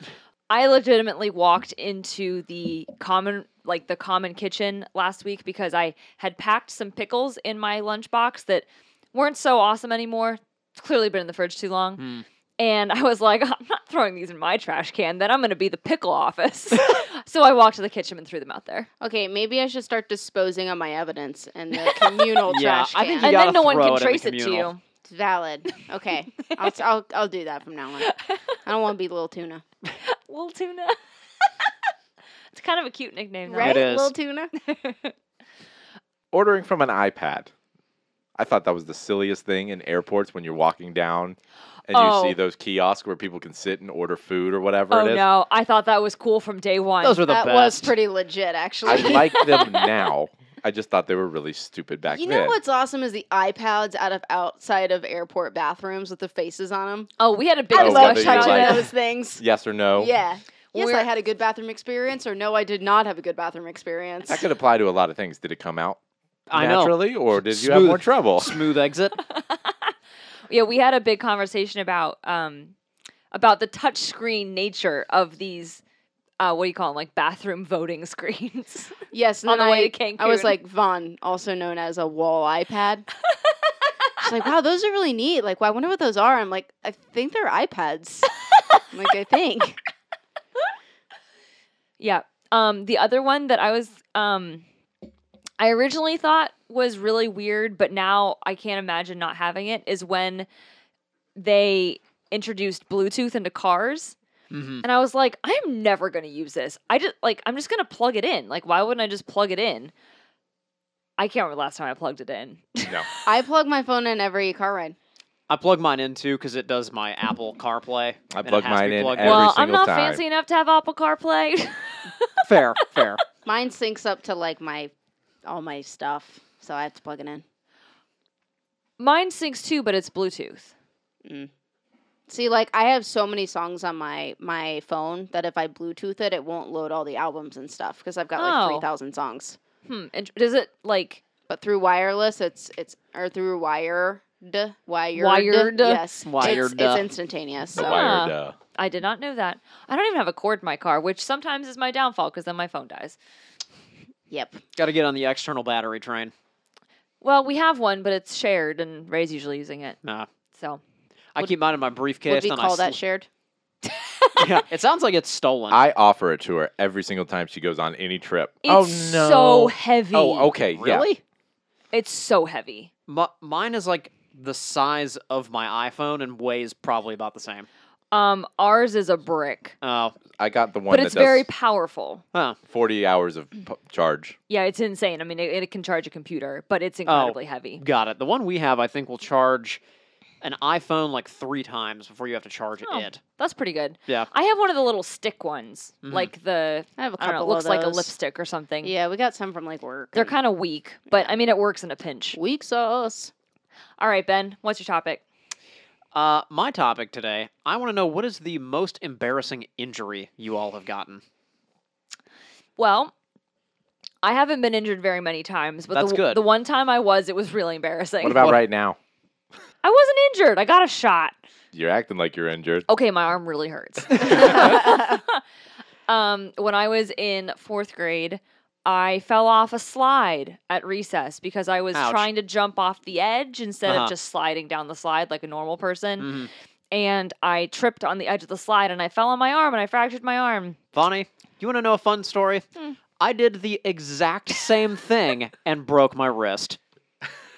I legitimately walked into the common like the common kitchen last week because I had packed some pickles in my lunchbox that weren't so awesome anymore. It's clearly been in the fridge too long.
Hmm.
And I was like, I'm not throwing these in my trash can. Then I'm going to be the pickle office. so I walked to the kitchen and threw them out there.
Okay, maybe I should start disposing of my evidence in the communal
Yeah,
trash can.
I think You
and
gotta
then no one
throw
can
it in the
trace it to
communal.
you.
It's valid. Okay, I'll, I'll I'll do that from now on. I don't want to be little tuna,
Little tuna. it's kind of a cute nickname, though.
right?
is.
Little tuna.
Ordering from an iPad. I thought that was the silliest thing in airports when you're walking down and you see
Oh.
those kiosks where people can sit and order food or whatever
Oh
it is.
no, I thought that was cool from day one.
Those were the
that was
best.
pretty legit, actually.
I like them now. I just thought they were really stupid back
you know
then.
what's awesome is the iPads out of outside of airport bathrooms with the faces on them.
oh, we had a big
I
Oh,
love
whether you
discussion
touching
like-
about
those things.
Yes or no?
Yeah. Yes, I
We're-
had a good bathroom experience, or no, I did not have a good bathroom experience.
That could apply to a lot of things. Did it come out
I know.
naturally or did you have
Smooth.
more trouble?
Smooth exit.
yeah, we had a big conversation about um about the touch screen nature of these uh what do you call them like bathroom voting screens.
Yes, and
on
then
the way
I,
to
I was
Cancun.
like Vaughn, also known as a wall iPad. She's like, wow, those are really neat. Like, well, I wonder what those are. I'm like, I think they're iPads. I'm like, I think.
yeah. Um the other one that I was um I originally thought was really weird, but now I can't imagine not having it is when they introduced Bluetooth into cars.
hmm
And I was like, I'm never gonna use this. I just like I'm just gonna plug it in. Like, why wouldn't I just plug it in? I can't remember the last time I plugged it in.
no.
I plug my phone in every car ride.
I plug mine in too because it does my Apple CarPlay.
I
and it
plug
has to
mine
be
in
plugged
every
well, I'm
single
not
time.
fancy enough to have Apple CarPlay.
Fair, fair.
Mine syncs up to like my all my stuff, so I have to plug it in.
Mine syncs too, but it's Bluetooth.
See, like I have so many songs on my my phone that if I Bluetooth it, it won't load all the albums and stuff because I've got like
Oh.
three thousand songs.
Hmm. And does it like
But through wireless, it's it's or through wired wired
Wired.
yes
Wired.
It's, it's instantaneous.
The
So.
wired uh,
I did not know that. I don't even have a cord in my car, which sometimes is my downfall because then my phone dies.
Yep.
Got to get on the external battery train.
Well, we have one, but it's shared, and Ray's usually using it.
Nah,
So
I keep mine in my
Would
briefcase.
we
and
call
I
that
sl-
shared?
yeah, it sounds like it's stolen.
I offer it to her every single time she goes on any trip.
it's
oh no.
so heavy.
Oh, okay.
really?
It's so heavy.
Mi- mine is like the size of my iPhone and weighs probably about the same.
Um, ours is a brick,
Oh,
Yeah. I got the one
but
that
it's
does
very powerful.
huh.
40 hours of p- charge.
Yeah, it's insane. I mean, it, it can charge a computer, but
Oh.
it's incredibly heavy.
Got it. The one we have, I think, will charge an iPhone like three times before you have to charge
Oh.
it.
That's pretty good.
Yeah.
I have one of the little stick ones,
Mm-hmm.
Mhm.
like the
I have a couple.
I don't know, it looks
of
like a
those.
lipstick or something.
Yeah, we got some from like work.
They're
and
kind of weak, but I mean, it works in a pinch.
weak sauce.
All right, Ben, what's your topic?
Uh, my topic today, I want to know what is the most embarrassing injury you all have gotten.
Well, I haven't been injured very many times, but
That's
the,
good.
the one time I was, it was really embarrassing.
What about
What-
right now?
I wasn't injured. I got a shot.
You're acting like you're injured.
Okay, my arm really hurts. um, when I was in fourth grade, I fell off a slide at recess because I was
Ouch.
trying to jump off the edge instead
Uh-huh.
of just sliding down the slide like a normal
Mm.
person.
Mhm.
And I tripped on the edge of the slide and I fell on my arm and I fractured my arm.
Bonnie, you want to know a fun story?
Mm.
I did the exact same thing and broke my wrist.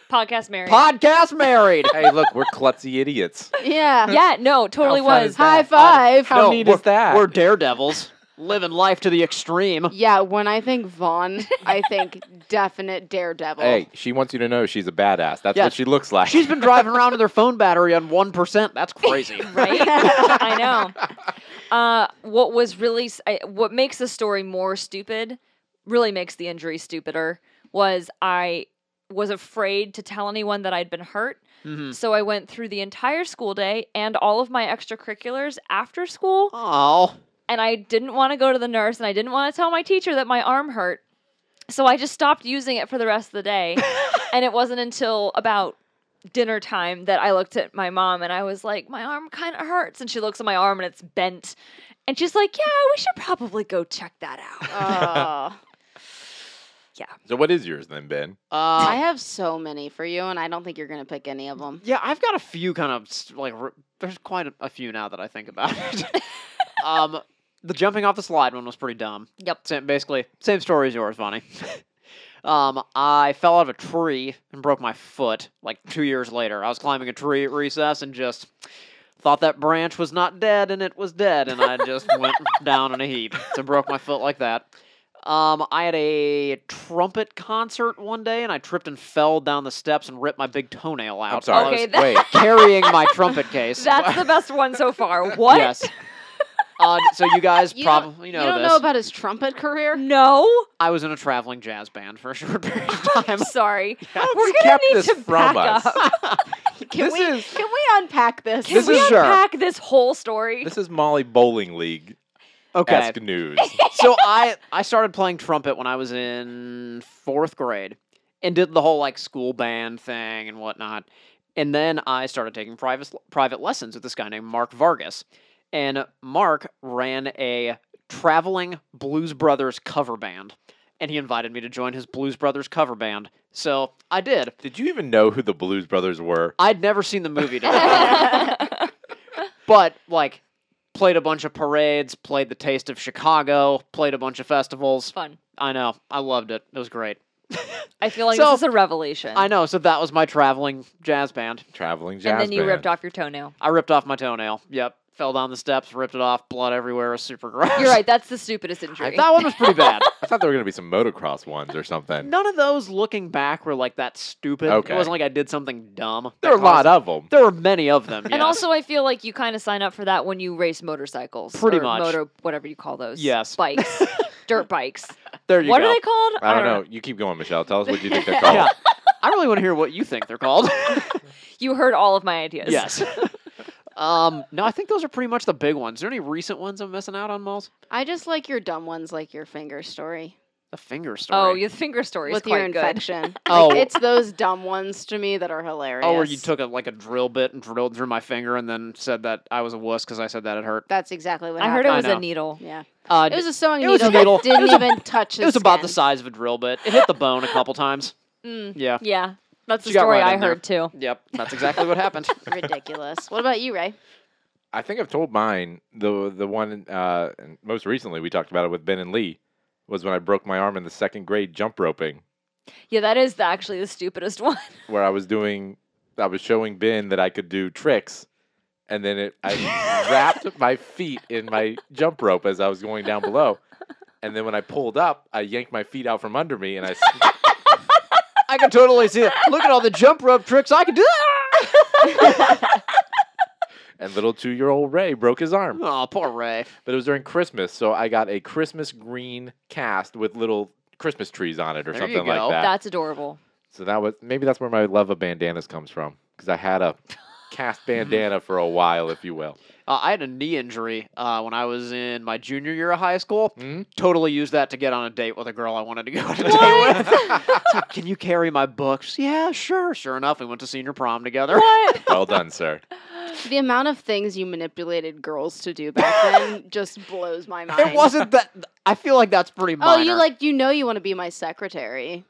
Podcast Mary.
Podcast married.
hey, look, we're klutzy idiots.
Yeah.
yeah, no, totally
fun
was.
is
High
that?
five.
How
No,
neat
we're-
is that?
We're daredevils, living life to the extreme.
Yeah, when I think Vaughn, I think definite daredevil.
Hey, she wants you to know she's a badass. That's
Yeah.
what she looks like.
She's been driving around with her phone battery on one percent. That's crazy.
right? I know. Uh, what was really s- I- what makes the story more stupid, really makes the injury stupider, was I was afraid to tell anyone that I'd been hurt.
Mhm.
So I went through the entire school day and all of my extracurriculars after school,
Oh,
and I didn't want to go to the nurse and I didn't want to tell my teacher that my arm hurt. So I just stopped using it for the rest of the day. and it wasn't until about dinner time that I looked at my mom and I was like, my arm kind of hurts. And she looks at my arm and it's bent. And she's like, yeah, we should probably go check that out.
Oh,
so what is yours then, Ben?
I
uh,
have so many for you, and I don't think you're gonna pick any of them.
yeah. I've got a few kind of s- like. r there's quite a, a few now that I think about it. um, the jumping off the slide one was pretty dumb.
Yep.
Same, basically, same story as yours, Bonnie. um, I fell out of a tree and broke my foot like two years later. I was climbing a tree at recess and just thought that branch was not dead and it was dead, and I just went down in a heap. So broke my foot like that. Um, I had a trumpet concert one day, and I tripped and fell down the steps and ripped my big toenail out.
I'm sorry.
Okay, that-
Wait.
Carrying my trumpet case.
That's the best one so far. What?
Yes. Uh, so you guys
You don't-
probably know
you don't
this.
know about his trumpet career?
No.
I was in a traveling jazz band for a short period of time.
I'm sorry.
How
We're
you
gonna
kept
need
this
to
from
back
us?
up.
Can
This
we
is-
can we unpack this?
Can
This
we
is- sure.
unpack this whole story?
This is Molly Bowling League
Okay.
esque news.
so I I started playing trumpet when I was in fourth grade and did the whole like school band thing and whatnot. And then I started taking private private lessons with this guy named Mark Vargas. And Mark ran a traveling Blues Brothers cover band. And he invited me to join his Blues Brothers cover band. So I did.
Did you even know who the Blues Brothers were?
I'd never seen the movie, to that point, but like played a bunch of parades, played the Taste of Chicago, played a bunch of festivals.
Fun.
I know. I loved it. It was great.
I feel like
So-
this is a revelation.
I know. So that was my traveling jazz band.
Traveling jazz
and then you
band.
ripped off your toenail.
I ripped off my toenail. Yep. Fell down the steps, ripped it off, blood everywhere. It was super gross.
You're right. That's the stupidest injury.
that one was pretty bad.
I thought there were gonna be some motocross ones or something.
None of those looking back were like that stupid.
Okay.
It wasn't like I did something dumb.
there are a
that
lot of
caused-
them.
There were many of them.
And
yes.
also, I feel like you kind of sign up for that when you race motorcycles,
Pretty
or
much.
motor, whatever you call those.
Yes.
bikes, dirt bikes.
there you
What
go.
are they called?
I don't know. You keep going, Michelle. Tell us what you think they're called.
Yeah. I really want to hear what you think they're called.
You heard all of my ideas.
yes. Um, no, I think those are pretty much the big ones. Are there any recent ones I'm missing out on, Malls?
I just like your dumb ones, like your finger story
The finger story.
Oh, your finger story is
with your
quite good.
infection. Like,
Oh.
it's those dumb ones to me that are hilarious.
Oh, where you took a, like a drill bit and drilled through my finger and then said that I was a wuss because I said that it hurt.
That's exactly what
I heard it
I
happened.
was a
know.
needle.
Yeah,
Uh,
it was a sewing
it
needle,
was a needle.
that didn't
It was a-
even touch.
it was about the size of a drill bit. It hit the bone a couple times.
Mm,
Yeah.
yeah, that's the
She got
story
right
I
in there.
heard too.
Yep. That's exactly what happened.
Ridiculous. What about you, Ray?
I think I've told mine. The the one uh, and most recently we talked about it with Ben and Lee was when I broke my arm in the second grade jump roping,
Yeah, that is the, actually the stupidest one.
where I was doing, I was showing Ben that I could do tricks, and then it I wrapped my feet in my jump rope as I was going down below, and then when I pulled up, I yanked my feet out from under me and I s-
I can totally see that. Look at all the jump rope tricks I can do.
and little two year old Ray broke his arm.
Oh, poor Ray.
But it was during Christmas, so I got a Christmas green cast with little Christmas trees on it or
There you
something
go.
like that.
That's adorable.
So that was maybe that's where my love of bandanas comes from because I had a cast bandana for a while, if you will.
Uh, I had a knee injury uh, when I was in my junior year of high school.
Hmm?
Totally used that to get on a date with a girl I wanted to go on a date with. It's like, can you carry my books? Yeah, sure. Sure enough, we went to senior prom together.
What?
well done, sir.
The amount of things you manipulated girls to do back then just blows my mind.
It wasn't that. I feel like that's pretty minor.
Oh, you like you know you want to be my secretary.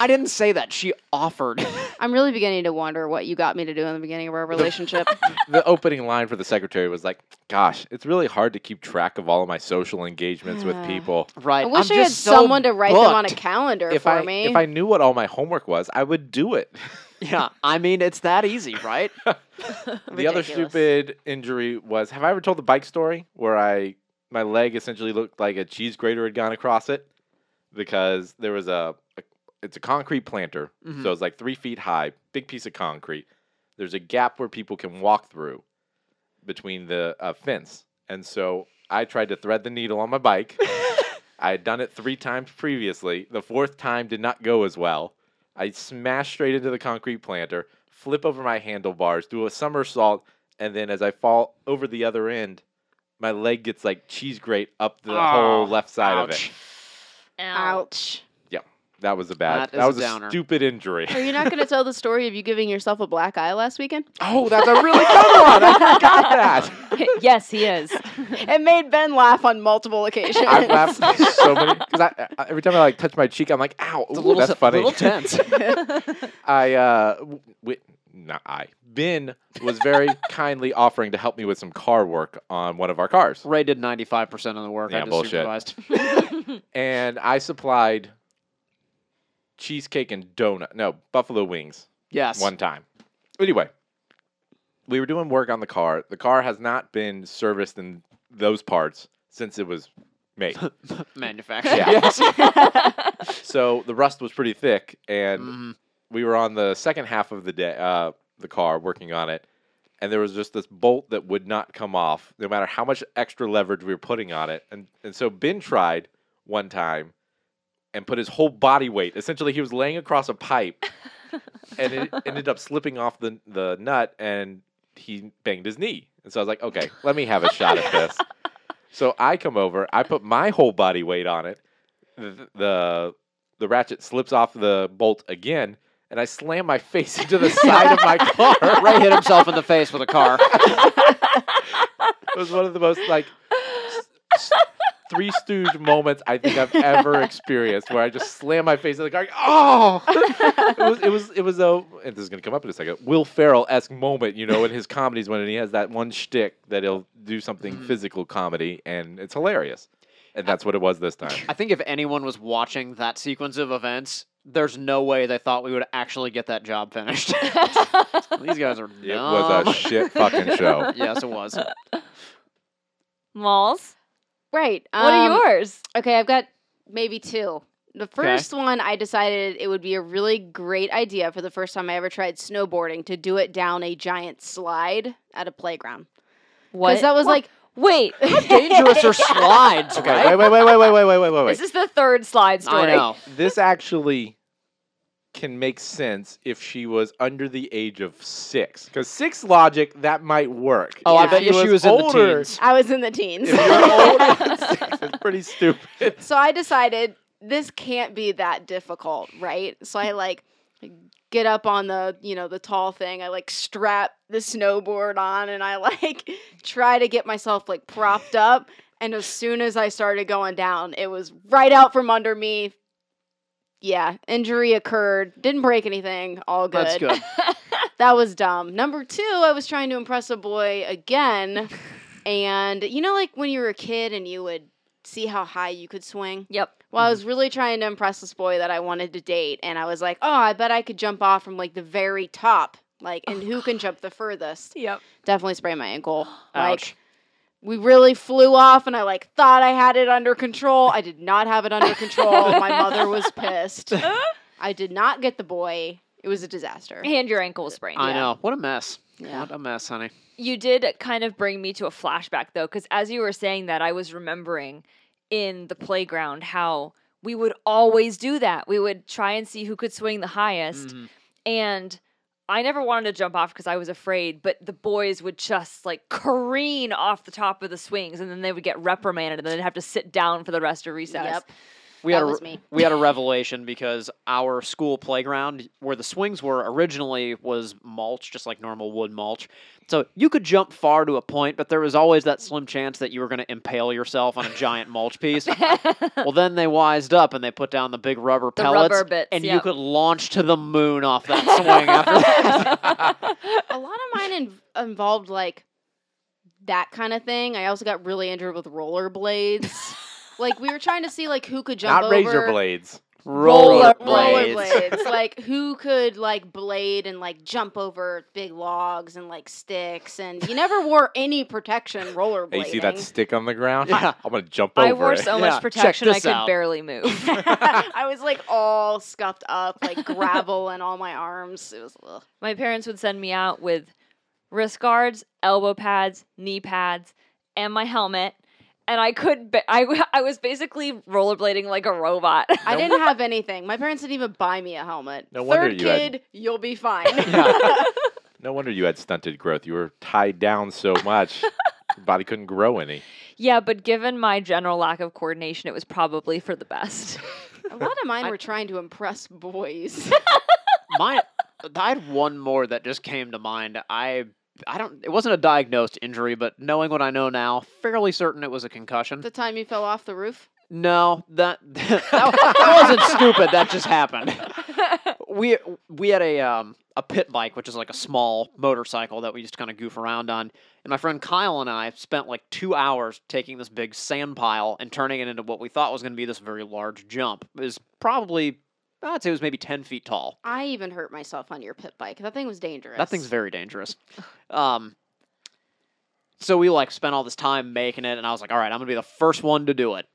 I didn't say that. She offered.
I'm really beginning to wonder what you got me to do in the beginning of our relationship.
The opening line for the secretary was like, "Gosh, it's really hard to keep track of all of my social engagements with
Ah.
people.
right.
I wish
I'm
I had
just so
someone to write them on a
booked.
calendar
If
for
I
me.
if I knew what all my homework was, I would do it."
Yeah, I mean it's that easy, right?
the other
Ridiculous.
stupid injury was have I ever told the bike story where I my leg essentially looked like a cheese grater had gone across it because there was a, a- it's a concrete planter
Mhm.
so it's like three feet high big piece of concrete there's a gap where people can walk through between the uh, fence and so I tried to thread the needle on my bike I had done it three times previously the fourth time did not go as well I smash straight into the concrete planter, flip over my handlebars, do a somersault, and then as I fall over the other end, my leg gets like cheese grate up the
Oh,
whole left side of
ouch.
it.
Ouch.
That was a bad.
That
That,
is a
was a,
downer.
stupid injury.
Are you not going to tell the story of you giving yourself a black eye last weekend?
oh, that's a really good one. I forgot that.
Oh, yes, he is.
It made Ben laugh on multiple occasions.
I've laughed so many because I, I, every time I like touch my cheek, I'm like, ow,
It's
ooh,
a little,
that's
s-
funny.
little tense.
I uh, w- wi- not I. Ben was very kindly offering to help me with some car work on one of our cars.
Ray did ninety five percent of the work.
Yeah,
I just
bullshit.
supervised.
and I supplied cheesecake and donut. No, buffalo wings
Yes.
one time. Anyway, we were doing work on the car. The car has not been serviced in those parts since it was made.
Manufactured.
Yeah.
Yes.
so the rust was pretty thick, and
Mhm.
we were on the second half of the day, uh, the car working on it, and there was just this bolt that would not come off, no matter how much extra leverage we were putting on it. And and so Ben tried one time, and put his whole body weight. Essentially, he was laying across a pipe, and it ended up slipping off the the nut, and he banged his knee. And so I was like, okay, let me have a shot at this. So I come over, I put my whole body weight on it. The, the the ratchet slips off the bolt again, and I slam my face into the side of my car.
Ray hit himself in the face with a car.
It was one of the most like s- s- three stooge moments I think I've ever experienced, where I just slam my face in the car. Oh, it was it was it was a and this is gonna come up in a second. Will Ferrell esque moment, you know, in his comedies when he has that one shtick that he'll do something
Mhm.
physical comedy, and it's hilarious. And that's what it was this time.
I think if anyone was watching that sequence of events, there's no way they thought we would actually get that job finished. These guys are dumb.
It was a shit fucking show.
yes, it was.
Malls.
Right.
what are
um,
yours?
Okay, I've got maybe two. The first one, I decided it would be a really great idea for the first time I ever tried snowboarding to do it down a giant slide at a playground.
What?
Because that was
What?
like,
wait.
Dangerous or slides,
Okay,
right?
wait, wait, wait, wait, wait, wait, wait, wait, wait.
This is the third slide story.
I know.
this actually can make sense if she was under the age of six. Because six logic, that might work.
Oh, I
Yeah.
bet you she was in the
older-
teens.
I was in the teens.
If you were older than six, it's pretty stupid.
so I decided this can't be that difficult, right? So I like get up on the, you know, the tall thing. I like strap the snowboard on and I like try to get myself like propped up. And as soon as I started going down, it was right out from under me. Yeah, injury occurred. Didn't break anything. All good.
That's good.
That was dumb. Number two, I was trying to impress a boy again. and you know, like when you were a kid and you would see how high you could swing?
Yep.
Well, I was
Mm.
really trying to impress this boy that I wanted to date. And I was like, oh, I bet I could jump off from like the very top. Like, and who can jump the furthest?
Yep.
Definitely sprained my ankle. Like,
Ouch.
we really flew off, and I like thought I had it under control. I did not have it under control. my mother was pissed. I did not get the boy. It was a disaster.
And your ankle was sprained.
I know. What a mess.
Yeah.
What a mess, honey.
You did kind of bring me to a flashback though, because as you were saying that, I was remembering in the playground how we would always do that. We would try and see who could swing the highest.
Mhm.
And I never wanted to jump off because I was afraid, but the boys would just like careen off the top of the swings and then they would get reprimanded and then they'd have to sit down for the rest of recess.
Yep.
We
that
had a
was
re-
me.
we had a revelation because our school playground where the swings were originally was mulch just like normal wood mulch so you could jump far to a point but there was always that slim chance that you were going to impale yourself on a giant mulch piece well then they wised up and they put down the big rubber
The
pellets
rubber bits,
and you
yep.
could launch to the moon off that swing after that
a lot of mine in- involved like that kind of thing. I also got really injured with rollerblades. like we were trying to see like who could jump
Not
over
razor blades.
roller,
rollerblades.
blades
like who could like blade and like jump over big logs and like sticks and you never wore any protection rollerblading.
Hey, you see that stick on the ground?
Yeah.
I'm going to jump
I
over
wore
it.
so
Yeah,
much
check
protection I
this
could
out.
barely move.
I was like all scuffed up, like gravel in all my arms. It was ugh.
My parents would send me out with wrist guards, elbow pads, knee pads, and my helmet. And I could, ba- I, I was basically rollerblading like a robot.
I didn't have anything. My parents didn't even buy me a helmet.
No
Third
wonder you had-
kid, you'll be fine.
No wonder you had stunted growth. You were tied down so much, your body couldn't grow any.
yeah, but given my general lack of coordination, it was probably for the best.
A lot of mine
I-
were trying to impress boys.
my I had one more that just came to mind. I I don't it wasn't a diagnosed injury, but knowing what I know now, fairly certain it was a concussion.
the time you fell off the roof.
No, that that, that wasn't stupid. That just happened. We we had a um a pit bike, which is like a small motorcycle that we used to kind of goof around on. And my friend Kyle and I spent like two hours taking this big sand pile and turning it into what we thought was going to be this very large jump. It was probably I'd say it was maybe ten feet tall.
I even hurt myself on your pit bike. That thing was dangerous.
That thing's very dangerous. Um, So we like spent all this time making it, and I was like, all right, I'm gonna be the first one to do it.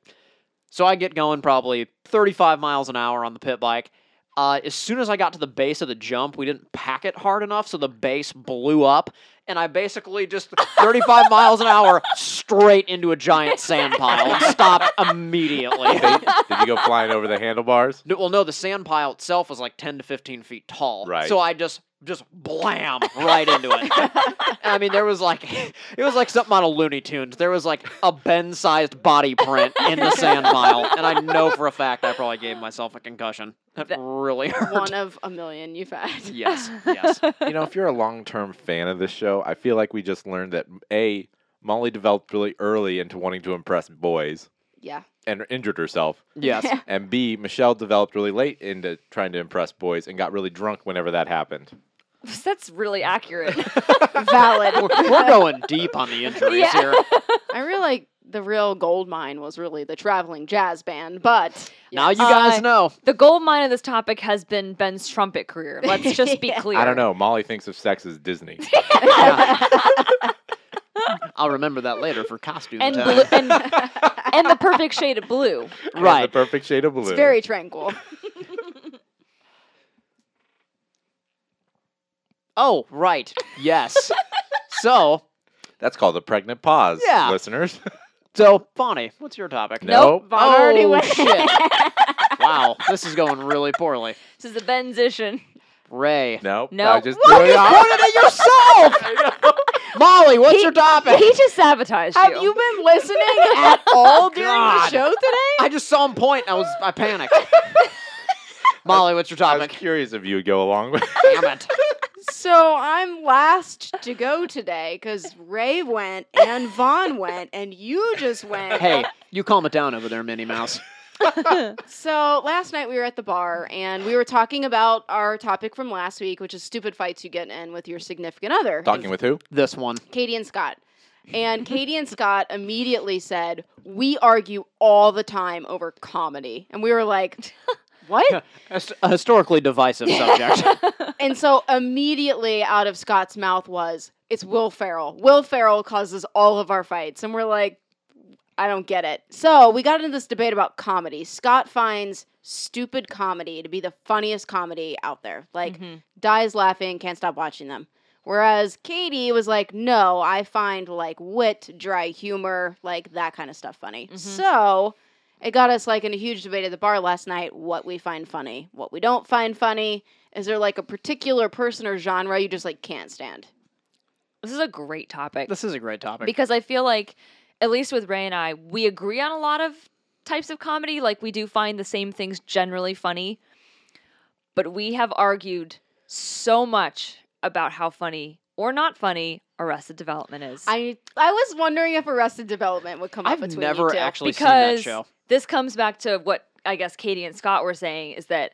So I get going probably 35 miles an hour on the pit bike. Uh, as soon as I got to the base of the jump, we didn't pack it hard enough, so the base blew up, and I basically just 35 miles an hour straight into a giant sand pile and stopped immediately.
They- Did you go flying over the handlebars?
No, well, no, the sand pile itself was like ten to fifteen feet tall.
Right.
So I just just blam right into it. I mean, there was like it was like something out of Looney Tunes. There was like a Ben-sized body print in the sand pile, and I know for a fact I probably gave myself a concussion. That
That-
really hurt.
One of a million you've had.
yes, yes.
You know, if you're a long-term fan of this show, I feel like we just learned that a Molly developed really early into wanting to impress boys
Yeah.
and injured herself,
Yes.
and b Michelle developed really late into trying to impress boys and got really drunk whenever that happened.
That's really accurate.
Valid.
We're, we're going deep on the injuries
Yeah.
here.
I really like the real gold mine was really the traveling jazz band, but
Now you
Uh,
guys know.
the gold mine of this topic has been Ben's trumpet career. Let's just be
Yeah.
clear.
I don't know. Molly thinks of sex as Disney.
Yeah. I'll remember that later for costume
And,
time.
blue, and and the perfect shade of blue.
And
Right.
The perfect shade of blue.
it's very tranquil.
Oh, right. Yes. so,
That's called a pregnant pause,
Yeah.
listeners.
so Bonnie, what's your topic? Oh,
Nope.
Vaughn already went.
shit. wow, this is going really poorly.
This is a Benzition.
Ray.
No.
No.
I just
You
threw it out.
quoted it yourself! Molly, what's
He-
your topic?
He just sabotaged
Have
you.
you been listening at all Oh, during the
Oh, God.
show today?
I just saw him point and I was I panicked. Molly, what's your
I was
topic?
curious if you would go along with
Damn it.
So I'm last to go today because Ray went and Vaughn went and you just went.
Hey, you calm it down over there, Minnie Mouse.
So last night we were at the bar and we were talking about our topic from last week, which is stupid fights you get in with your significant other.
talking with who?
This one.
Katie and Scott. And Katie and Scott immediately said, We argue all the time over comedy. And we were like, What?
A, s- a historically divisive subject.
and so immediately out of Scott's mouth was, It's Will Ferrell. Will Ferrell causes all of our fights. And we're like, I don't get it. So we got into this debate about comedy. Scott finds stupid comedy to be the funniest comedy out there. Like,
Mhm.
dies laughing, can't stop watching them. Whereas Katie was like, no, I find like wit, dry humor, like that kind of stuff funny.
Mm-hmm.
Mhm.
So it got us like in a huge debate at the bar last night what we find funny, what we don't find funny. Is there like a particular person or genre you just like can't stand?
This is a great topic.
this is a great topic.
because I feel like, at least with Ray and I, we agree on a lot of types of comedy. Like we do find the same things generally funny, but we have argued so much about how funny or not funny Arrested Development is.
I I was wondering if Arrested Development would come up
I've
between
never
you two.
actually
because
seen that show.
this comes back to what I guess Katie and Scott were saying is that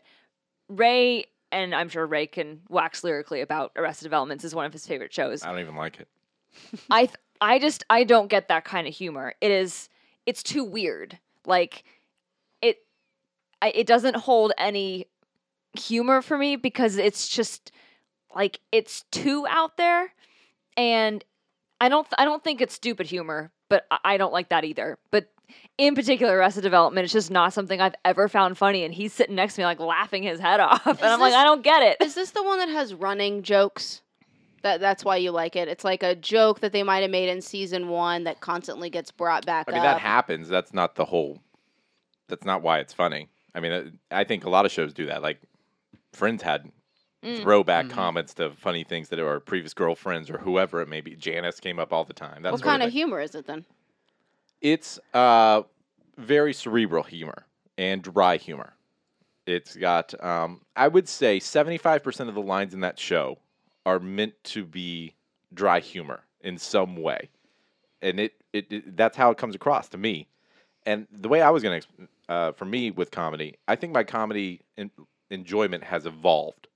Ray and I'm sure Ray can wax lyrically about Arrested Developments is one of his favorite shows.
I don't even like it.
I th- I just I don't get that kind of humor. It is it's too weird. Like it I, it doesn't hold any humor for me because it's just like it's too out there and I don't I don't think it's stupid humor, but I, I don't like that either. But in particular, Arrested Development, it's just not something I've ever found funny. And he's sitting next to me, like laughing his head off, and I'm like,
this-
I don't get it.
Is this the one that has running jokes? That that's why you like it. It's like a joke that they might have made in season one that constantly gets brought back
I mean,
up.
that happens. That's not the whole. That's not why it's funny. I mean, uh, I think a lot of shows do that. Like Friends had
Mm.
throwback
Mhm.
comments to funny things that our previous girlfriends or whoever it may be. Janice came up all the time. That's
what kind of humor is it then?
It's uh, very cerebral humor and dry humor. It's got, um, I would say, 75% of the lines in that show are meant to be dry humor in some way. And it, it, it that's how it comes across to me. And the way I was going to, uh, for me with comedy, I think my comedy en- enjoyment has evolved.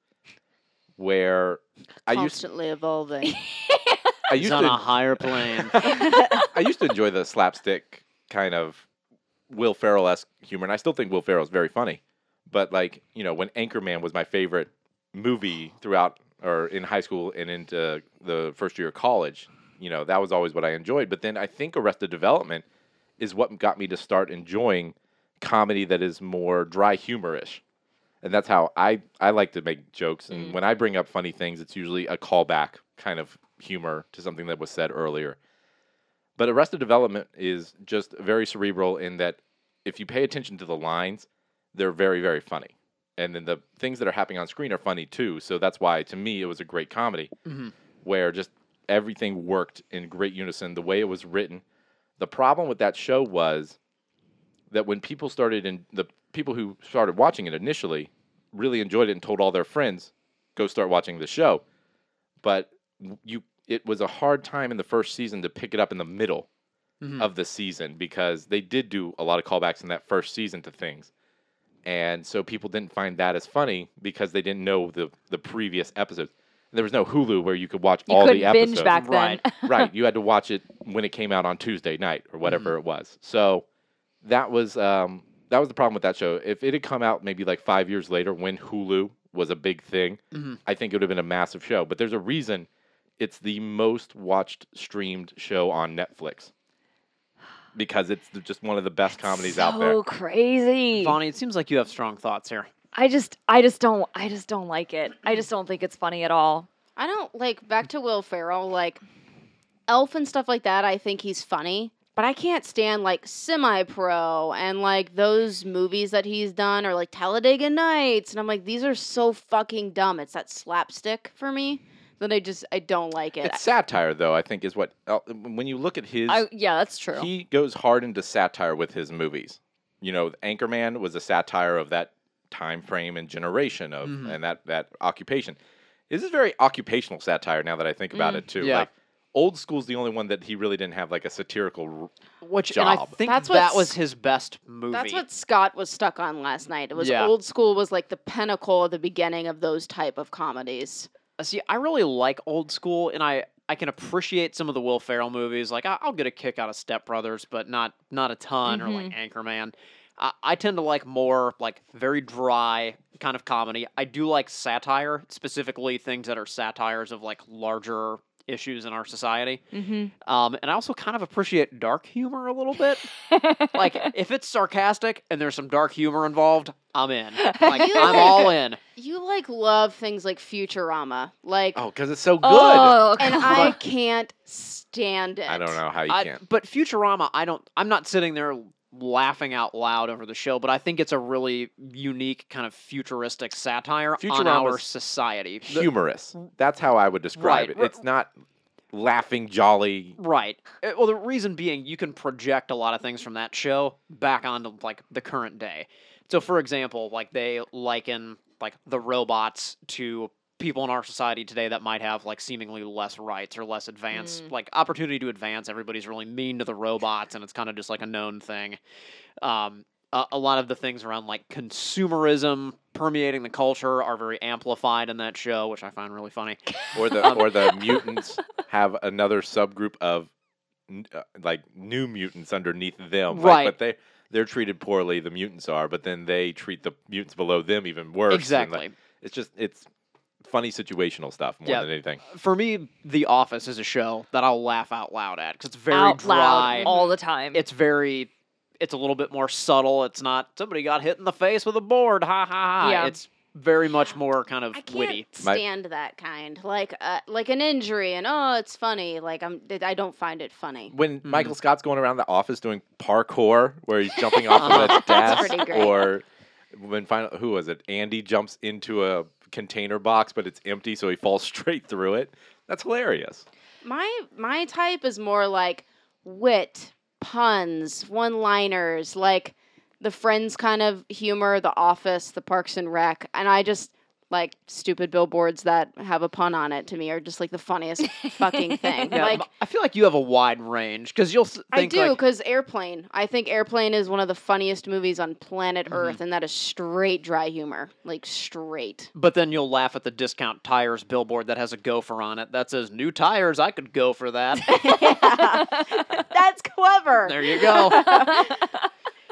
Where I used,
Constantly evolving.
I
He's
used
on
to
a higher plane.
I used to enjoy the slapstick kind of Will Ferrell esque humor, and I still think Will Ferrell is very funny. But like you know, when Anchorman was my favorite movie throughout or in high school and into the first year of college, you know, that was always what I enjoyed. But then I think Arrested Development is what got me to start enjoying comedy that is more dry humorish. And that's how I, I like to make jokes. And when I bring up funny things, it's usually a callback kind of humor to something that was said earlier. But Arrested Development is just very cerebral in that if you pay attention to the lines, they're very, very funny. And then the things that are happening on screen are funny too. So that's why, to me, it was a great comedy
Mhm.
where just everything worked in great unison, the way it was written. The problem with that show was that when people started in the people who started watching it initially really enjoyed it and told all their friends, go start watching the show. But w- you it was a hard time in the first season to pick it up in the middle
Hmm.
Mhm.
of the season because they did do a lot of callbacks in that first season to things. And so people didn't find that as funny because they didn't know the the previous episodes. There was no Hulu where you could watch
You
all
couldn't
the episodes.
binge back then.
Right.
right. You had to watch it when it came out on Tuesday night or whatever
Mm-hmm.
it was. So that was um, that was the problem with that show. If it had come out maybe like five years later when Hulu was a big thing,
Mm-hmm.
Mhm.
I think it would have been a massive show. But there's a reason it's the most watched streamed show on Netflix because it's the- just one of the best comedies out there.
So crazy.
Bonnie, it seems like you have strong thoughts here.
I just I just don't I just don't like it. I just don't think it's funny at all.
I don't like back to Will Ferrell, like Elf and stuff like that. I think he's funny, but I can't stand like Semi Pro and like those movies that he's done or like Talladega Nights. And I'm like, these are so fucking dumb. It's that slapstick for me that I just I don't like it.
It's satire, though. I think is what el- when you look at his
I, yeah, that's true.
He goes hard into satire with his movies. You know, Anchorman was a satire of that time frame and generation of
Mhm.
and that that occupation. This is very occupational satire now that I think about it too.
Mm, Yeah.
Like old school's the only one that he really didn't have like a satirical r-
Which
and I
I
Job.
think
That's
that
what's-
was his best movie.
That's what Scott was stuck on last night. It was
Yeah.
old school was like the pinnacle of the beginning of those type of comedies.
Uh, See, I really like old school, and I I can appreciate some of the Will Ferrell movies. Like I, I'll get a kick out of Step Brothers, but not not a ton, or
Mm-hmm.
like Anchorman. I, I tend to like more like very dry kind of comedy. I do like satire, specifically things that are satires of like larger issues in our society.
mm-hmm.
Um, and I also kind of appreciate dark humor a little bit. like if it's sarcastic and there's some dark humor involved, I'm in. Like
You
I'm
like-
all in.
You like love things like Futurama, like,
Oh, cuz it's so good.
Oh,
and
come
I
on.
can't stand it.
I don't know how you
I,
can.
but Futurama, I don't. I'm not sitting there laughing out loud over the show, but I think it's a really unique kind of futuristic satire on our
Futurama's
society. The-
Humorous. That's how I would describe
Right,
it.
r-
It's not laughing jolly.
Right. Uh, Well, the reason being, you can project a lot of things from that show back onto like the current day. So, for example, like they liken like the robots to people in our society today that might have like seemingly less rights or less advance, like opportunity to advance. Everybody's really mean to the robots, and it's kind of just like a known thing. Um, a, a lot of the things around like consumerism permeating the culture are very amplified in that show, which I find really funny.
or the or the mutants have another subgroup of n- uh, like new mutants underneath them. like,
Right.
but they they're treated poorly. The mutants are, but then they treat the mutants below them even worse. and, like,
exactly.
it's just it's funny situational stuff more
Yeah.
than anything.
for me, The Office is a show that I'll laugh out loud at because it's very
out
dry.
loud Mm-hmm. all the time.
It's very, it's a little bit more subtle. It's not somebody got hit in the face with a board. Ha ha ha.
Yeah.
It's very much more kind of
I can't
witty.
My-
stand that kind, like uh, like an injury, and oh, it's funny. Like I'm, I don't find it funny.
When Michael Scott's going around the office doing parkour, where he's jumping off of a
That's
desk,
pretty great.
or when final who was it? Andy jumps into a container box, but it's empty, so he falls straight through it. That's hilarious.
My my type is more like wit, puns, one-liners, like the Friends kind of humor, The Office, The Parks and Rec, and I just like stupid billboards that have a pun on it to me are just like the funniest fucking thing.
Yeah,
like
m- I feel like you have a wide range because you'll s- think
I do
like,
because Airplane. I think Airplane is one of the funniest movies on planet
Mhm.
Earth, and that is straight dry humor, like straight.
but then you'll laugh at the discount tires billboard that has a gopher on it that says "New tires, I could go for that."
That's clever.
there you go.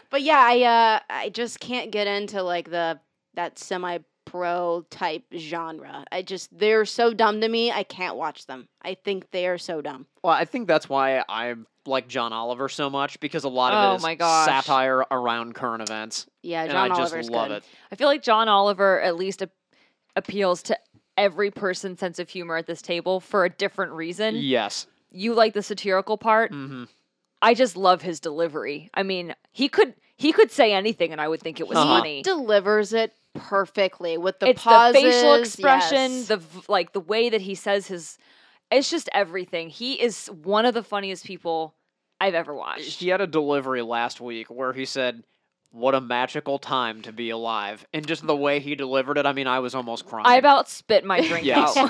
but yeah, I uh, I just can't get into like the that semi pro type genre. I just they're so dumb to me. I can't watch them. I think they are so dumb.
Well, I think that's why I like John Oliver so much because a lot of
Oh
it is
my gosh.
satire around current events,
Yeah,
and
John
I just
Oliver's
love
good.
it.
I feel like John Oliver at least a- appeals to every person's sense of humor at this table for a different reason.
Yes.
You like the satirical part.
hmm
I just love his delivery. I mean, he could he could say anything and I would think it was
Uh-huh.
funny.
He delivers it perfectly with the
it's
pauses,
the facial expression,
yes.
the v- like the way that he says his it's just everything. He is one of the funniest people I've ever watched.
He had a delivery last week where he said, "What a magical time to be alive," and just the way he delivered it. I mean, I was almost crying.
I about spit my drink
Yes.
out.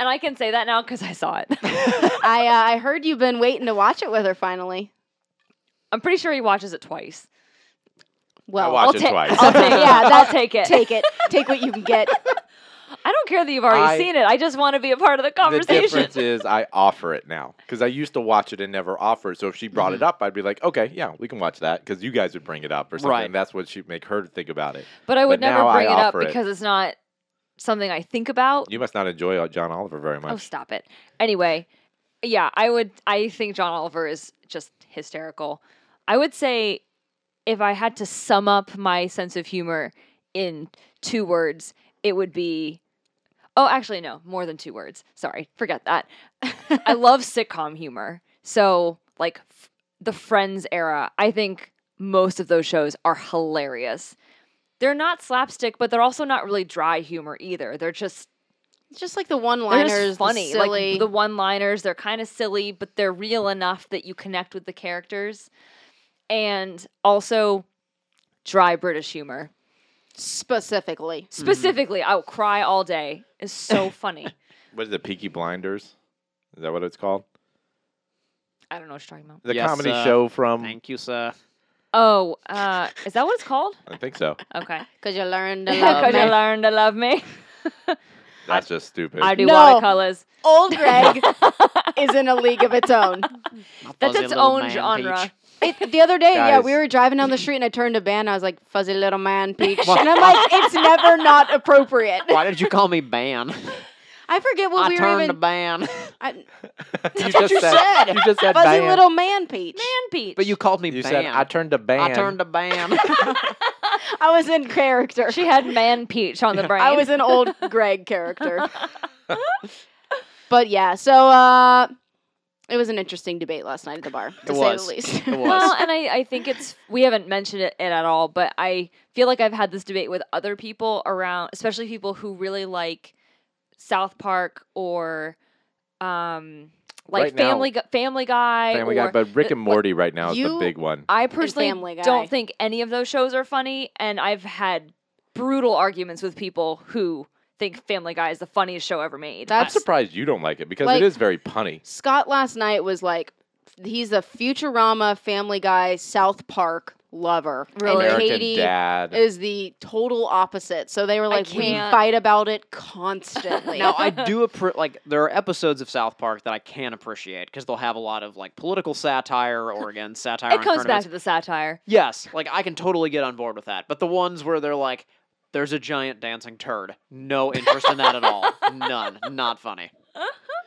and I can say that now cuz I saw it.
I uh, I heard you've been waiting to watch it with her finally.
I'm pretty sure he watches it twice.
Well,
watched
I'll
it
ta-
twice.
I'll take, yeah,
I'll
I'll take it.
take it. Take what you can get.
I don't care that you've already
I-
seen it. I just want to be a part of the
The
conversation.
difference is I offer it now because I used to watch it and never offer it. So if she brought it up, I'd be like, okay, yeah, we can watch that because you guys would bring it up or something.
Right.
and That's what she'd make her think about it.
But I would
But now
never
I
bring it up
offer it.
because it's not something I think about.
You must not enjoy uh, John Oliver very
Oh,
much.
stop it. Anyway, yeah, I would. I think John Oliver is just hysterical. I would say if I had to sum up my sense of humor in two words, it would be. Oh, actually, no, more than two words. Sorry, forget that. I love sitcom humor. So, like f- the Friends era, I think most of those shows are hilarious. They're not slapstick, but they're also not really dry humor either. They're just
It's just like the one
they're
liners,
just funny.
silly.
Like the one liners, they're kind of silly, but they're real enough that you connect with the characters. And also dry British humor.
specifically.
Mm-hmm. Specifically, I will cry all day. It's so funny.
What is it, Peaky Blinders? Is that what it's called?
I don't know what you're talking about.
The
Yes,
comedy
uh,
show from.
Thank you, sir.
Oh, uh, is that what it's called?
I think so.
Okay.
Cause you learned to love
Could you
me.
learn to love me?
That's just stupid.
I do
No.
watercolors.
Old Greg is in a league of its own.
My
That's
fuzzy
its
little
own
man
genre.
peach.
It, the other day, yeah,
Guys.
we were driving down the street and I turned to Ben. I was like, "Fuzzy little man, peach," and I'm like, "It's never not appropriate."
Why did you call me Ban?
I forget what
I
we were
turned
even.
to Ban.
I-
you
what you
said.
said.
You just said
fuzzy
ban.
little man, peach.
Man peach.
But you called me
You
Ban.
said I turned to ban.
I turned to Ban.
I was in character.
She had man peach on the brain.
I was an old Greg character. but yeah, so uh, it was an interesting debate last night at the bar, to say
It was.
the least.
it
Well,
was.
and I, I think it's we haven't mentioned it, it at all, but I feel like I've had this debate with other people around, especially people who really like South Park or um like
Right now-
Family Gu- Family Guy.
Family
or,
Guy, but Rick
the-
and Morty right now is the
you-
big one.
I personally
Family Guy.
don't think any of those shows are funny, and I've had brutal arguments with people who think Family Guy is the funniest show ever made.
I'm
That's
surprised you don't like it because
Like-
it is very punny.
Scott last night was like, he's a Futurama, Family Guy, South Park lover.
Really?
And
American
Katie
Dad.
is the total opposite. So they were like, we
can't-
fight about it constantly.
now I do appre- like there are episodes of South Park that I can appreciate because they'll have a lot of like political satire or again satire.
it
on
comes
current
back
events.
to the satire.
Yes, like I can totally get on board with that. But the ones where they're like, "There's a giant dancing turd," no interest in that at all. None. Not funny.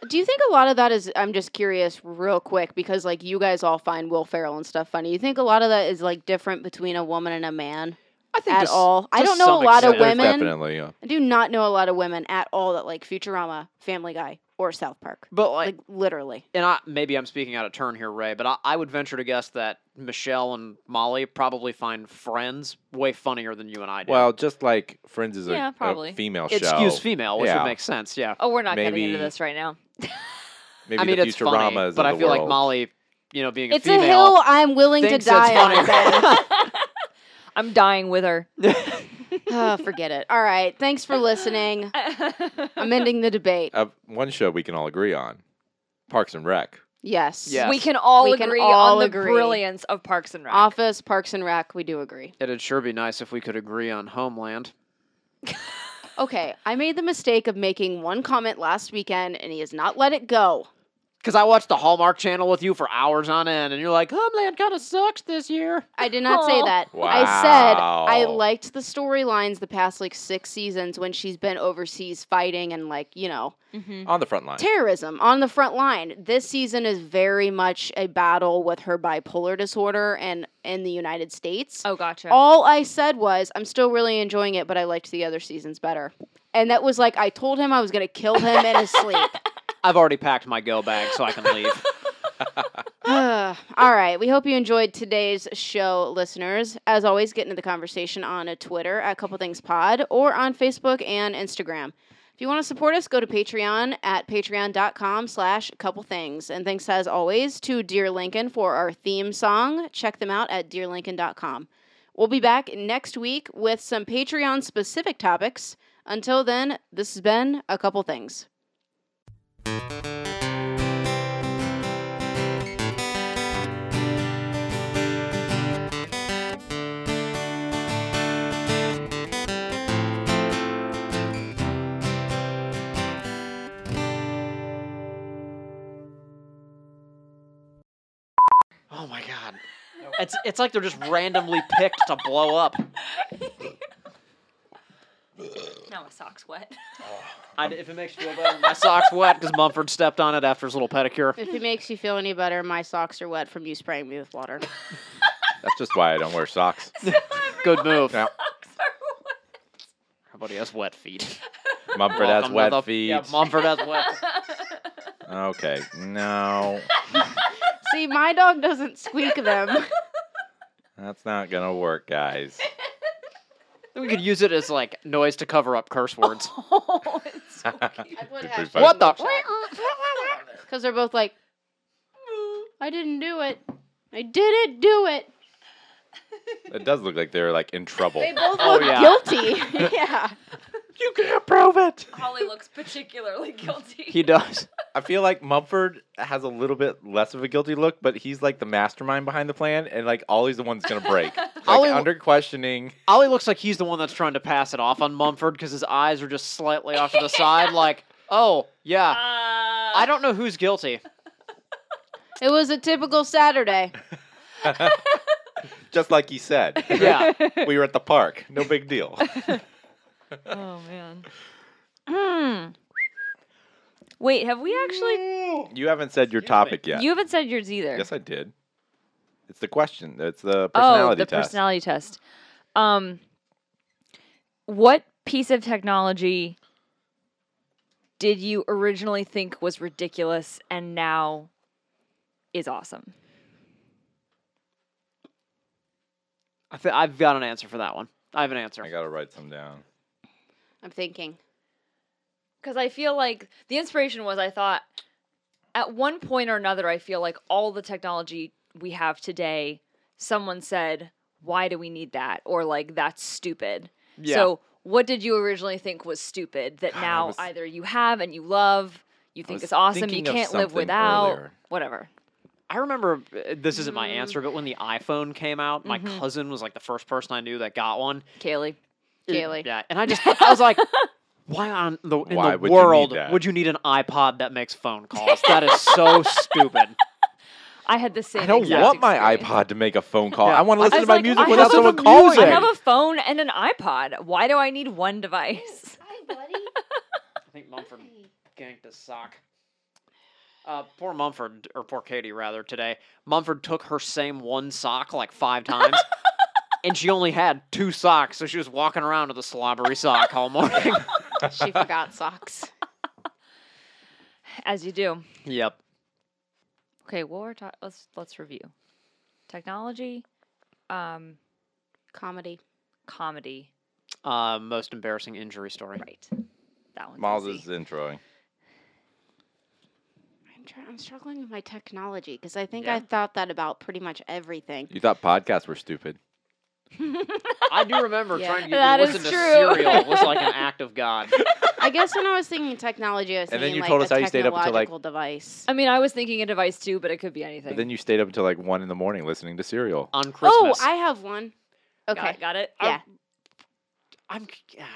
Do you think a lot of that is? I'm just curious, real quick, because like you guys all find Will Ferrell and stuff funny. You think a lot of that is like different between a woman and a man
I think
at
to s-
all? I
to
don't know a
some
lot of
extent-
There's
women.
definitely uh,
I do not know a lot of women at all that like Futurama, Family Guy, or South Park.
But
Like
like,
literally,
and I maybe I'm speaking out of turn here, Ray, but I, I would venture to guess that Michelle and Molly probably find Friends way funnier than you and I do.
well, just like Friends is a,
Yeah,
a
probably.
female
it
show.
skews female, which
Yeah.
would make sense. Yeah.
Oh, we're not getting into
Maybe-
this right now.
Maybe
I mean,
the
it's
Futuramas
funny,
of
but I
the
feel like
world.
Molly, you know, being a
it's a
female,
hill I'm willing to
thinks
die
it's
on.
funny.
I'm dying with her.
oh, forget it. All right, thanks for listening. I'm ending the debate.
Uh, one show we can all agree on Parks and Rec.
Yes.
Yeah.
We can all
We can
agree
all
on the
agree.
brilliance of Parks and Rec.
Office, Parks and Rec, we do agree.
It'd sure be nice if we could agree on Homeland.
Okay, I made the mistake of making one comment last weekend, and he has not let it go.
Because I watched the Hallmark Channel with you for hours on end, and you're like, Homeland kind of sucks this year.
I did not say
Aw.
that. I said I
Wow.
liked the storylines the past like six seasons when she's been overseas fighting and like, you know,
Mm-hmm.
on the front line.
terrorism on the front line. This season is very much a battle with her bipolar disorder and in the United States.
Oh, gotcha.
All I said was, I'm still really enjoying it, but I liked the other seasons better. And that was like, I told him I was going to kill him in his sleep.
I've already packed my go bag so I can leave.
All right. We hope you enjoyed today's show, listeners. As always, get into the conversation on uh, Twitter at Couple Things Pod or on Facebook and Instagram. If you want to support us, go to Patreon at patreon.com slash couple things. And thanks, as always, to Dear Lincoln for our theme song. Check them out at dearlincoln.com. We'll be back next week with some Patreon-specific topics. Until then, this has been A Couple Things.
oh my god. It's it's like they're just randomly picked to blow up.
now my sock's wet.
I, if it makes you feel better, my sock's wet because Mumford stepped on it after his little pedicure.
If it makes you feel any better, my socks are wet from you spraying me with water.
That's just why I don't wear socks.
Good move.
Now,
Everybody has wet feet.
Mumford has
Welcome to
wet
the-
feet.
Yeah, Mumford has wet.
okay, no,
See, my dog doesn't squeak them.
that's not gonna work, guys.
We could use it as like noise to cover up curse words.
oh, it's so cute.
What the?
Because they're both like, I didn't do it. I didn't do it.
It does look like they're like in trouble.
They both
Oh,
look
yeah.
guilty. yeah.
You can't prove it.
Holly looks particularly guilty.
He does.
I feel like Mumford has a little bit less of a guilty look, but he's like the mastermind behind the plan, and like Ollie's the one that's gonna break. Like
Ollie-
under questioning.
Ollie looks like he's the one that's trying to pass it off on Mumford because his eyes are just slightly off to the side. Like, oh
Uh,
yeah, I don't know who's guilty.
It was a typical Saturday.
Just like he said.
Yeah.
we were at the park. No big deal.
Oh man. Hmm. Wait, have we actually?
You haven't said your topic yet.
You haven't said yours either.
yes, I did. It's the question. It's the
oh,
personality
the
test.
personality test. Um, what piece of technology did you originally think was ridiculous and now is awesome?
I th- I've got an answer for that one. I have an answer.
I gotta write some down.
I'm thinking.
Because I feel like the inspiration was I thought at one point or another, I feel like all the technology we have today, someone said, Why do we need that? Or like, that's stupid.
Yeah.
So, what did you originally think was stupid that
God, I
now
was-
either you have and you love, you think
was
it's awesome, you
thinking of
can't live
something
without,
earlier.
whatever?
I remember uh, this isn't my
Mm.
answer, but when the iPhone came out, my
Mhm.
cousin was like the first person I knew that got one.
Kaylee.
It-
Kaylee.
yeah, and I just I was like, why on the in
Why
the
would you need
world
that?
would you need an iPod that makes phone calls? that is so stupid.
I had the same
I don't
exact
want my
experience.
iPod to make a phone call.
Yeah.
I want to
I
listen to
was
my
like,
music
I
without
have a
someone
music.
calling.
I have a phone and an iPod. Why do I need one device?
Hi, buddy.
I think Mumford ganked his sock. Uh, poor Mumford, or poor Katie rather, today. Mumford took her same one sock like five times, and she only had two socks, so she was walking around with a slobbery sock all morning.
she forgot socks.
As you do.
yep.
Okay, well we're ta- let's let's review. Technology, um,
Comedy.
comedy.
Uh, most embarrassing injury story.
Right. That one's
Miles
easy.
is introing.
I'm, try- I'm struggling with my technology because I think
Yeah.
I thought that about pretty much everything.
You thought podcasts were stupid.
I do remember
Yeah.
trying to,
That
listen
is
to
true.
cereal was like an act of God.
I guess when I was thinking technology, I was
And
thinking
then you
like
told
a
us how you stayed up until, like-
technological device.
I mean, I was thinking a device too, but it could be anything.
But then you stayed up until like one in the
Uh, Oh,
morning listening to cereal.
On Christmas.
Oh, I have one.
Got
Okay.
it, got it.
Yeah.
I'm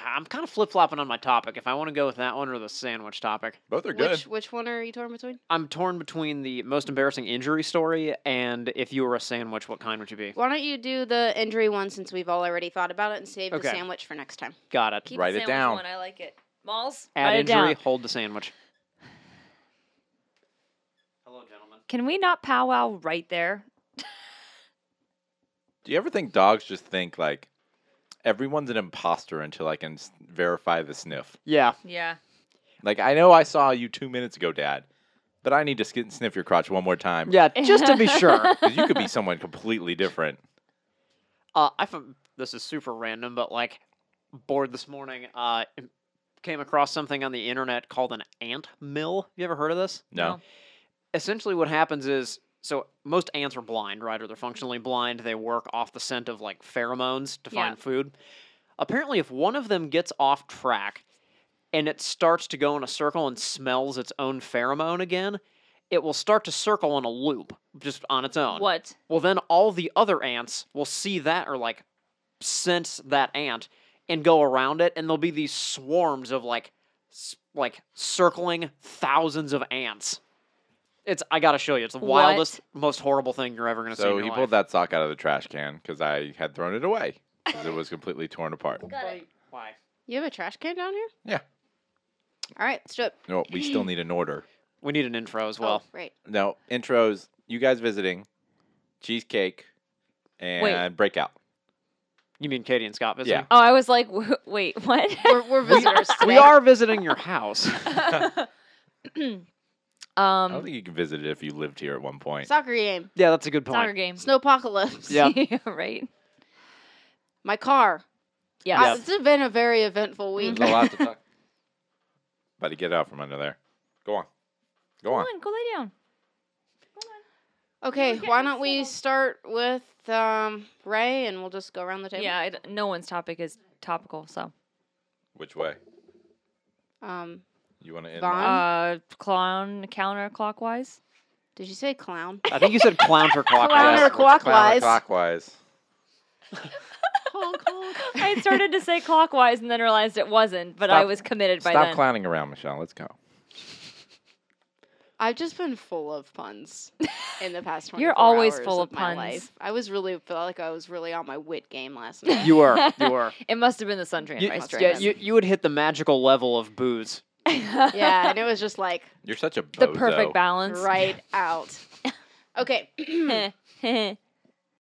I'm kind of flip flopping on my topic. If I want to go with that one or the sandwich topic,
Both are good.
Which which one are you torn between?
I'm torn between the most embarrassing injury story and if you were a sandwich, what kind would you be?
Why don't you do the injury one since we've all already thought about it and save the
Okay.
sandwich for next time?
Got it.
Keep
Write it
the sandwich
down.
One. I like it. Malls.
Add
write it
injury,
down.
hold the sandwich. Hello, gentlemen.
Can we not powwow right there?
Do you ever think dogs just think like everyone's an imposter until I can s- verify the sniff?
Yeah,
Yeah.
Like I know I saw you two minutes ago, Dad, but I need to sk- sniff your crotch one more time.
yeah. Just to be sure,
because you could be someone completely different.
uh, I found this is super random, but like bored this morning, uh, came across something on the internet called an ant mill. You ever heard of this?
No,
essentially what happens is so most ants are blind, right? Or they're functionally blind. They work off the scent of like pheromones to
Yeah.
find food. Apparently, if one of them gets off track and it starts to go in a circle and smells its own pheromone again, it will start to circle in a loop just on its own.
What?
Well, then all the other ants will see that or like sense that ant and go around it, and there'll be these swarms of like s- like circling thousands of ants. It's I gotta show you. It's the
What?
wildest, most horrible thing you're ever gonna see. in
so
your
he
life.
pulled that sock out of the trash can because I had thrown it away because it was completely torn apart. You
Got it.
Why?
You have a trash can down here?
Yeah.
All right, let's do it.
know what? We still need an order.
We need an intro as well.
oh, right.
No intros. You guys visiting, cheesecake, and breakout.
You mean Katie and Scott visiting?
Yeah.
Oh, I was like, w- wait, what?
We're, we're visitors today.
We are visiting your house.
I don't
um,
think you can visit it if you lived here at one point.
Soccer game.
yeah, that's a good
soccer
point.
game.
Snowpocalypse.
Yeah.
right.
My car.
Yeah.
Uh, It's been a very eventful week.
Mm-hmm.
There's a lot to talk. Buddy, get out from under there. Go on. Go
Go
on.
on, go lay down.
Okay,
We're
why
getting
don't we
settled.
start with um, Ray and we'll just go around the table?
Yeah, I d- no one's topic is topical, so.
Which way?
Um,
You want to end?
Vaughn?
on-
Uh, clown counterclockwise.
did you say clown?
I think you said clownterclockwise.
Clowner- clockwise.
Clockwise.
honk, honk.
I started to say clockwise and then realized it wasn't, but I
Stop-
was committed by
Stop
then.
clowning around, Michelle. Let's go.
I've just been full of puns in the past.
You're
24
always
hours
full of
my
puns.
life. I was really felt like I was really on my wit game last night.
You were. You were.
it must have been the Suntrand
You-
Rice
yeah,
yeah,
drink.
you, you would hit the magical level of booze.
yeah, and it was just like
You're such a bozo.
the perfect balance.
right out. Okay,
Right.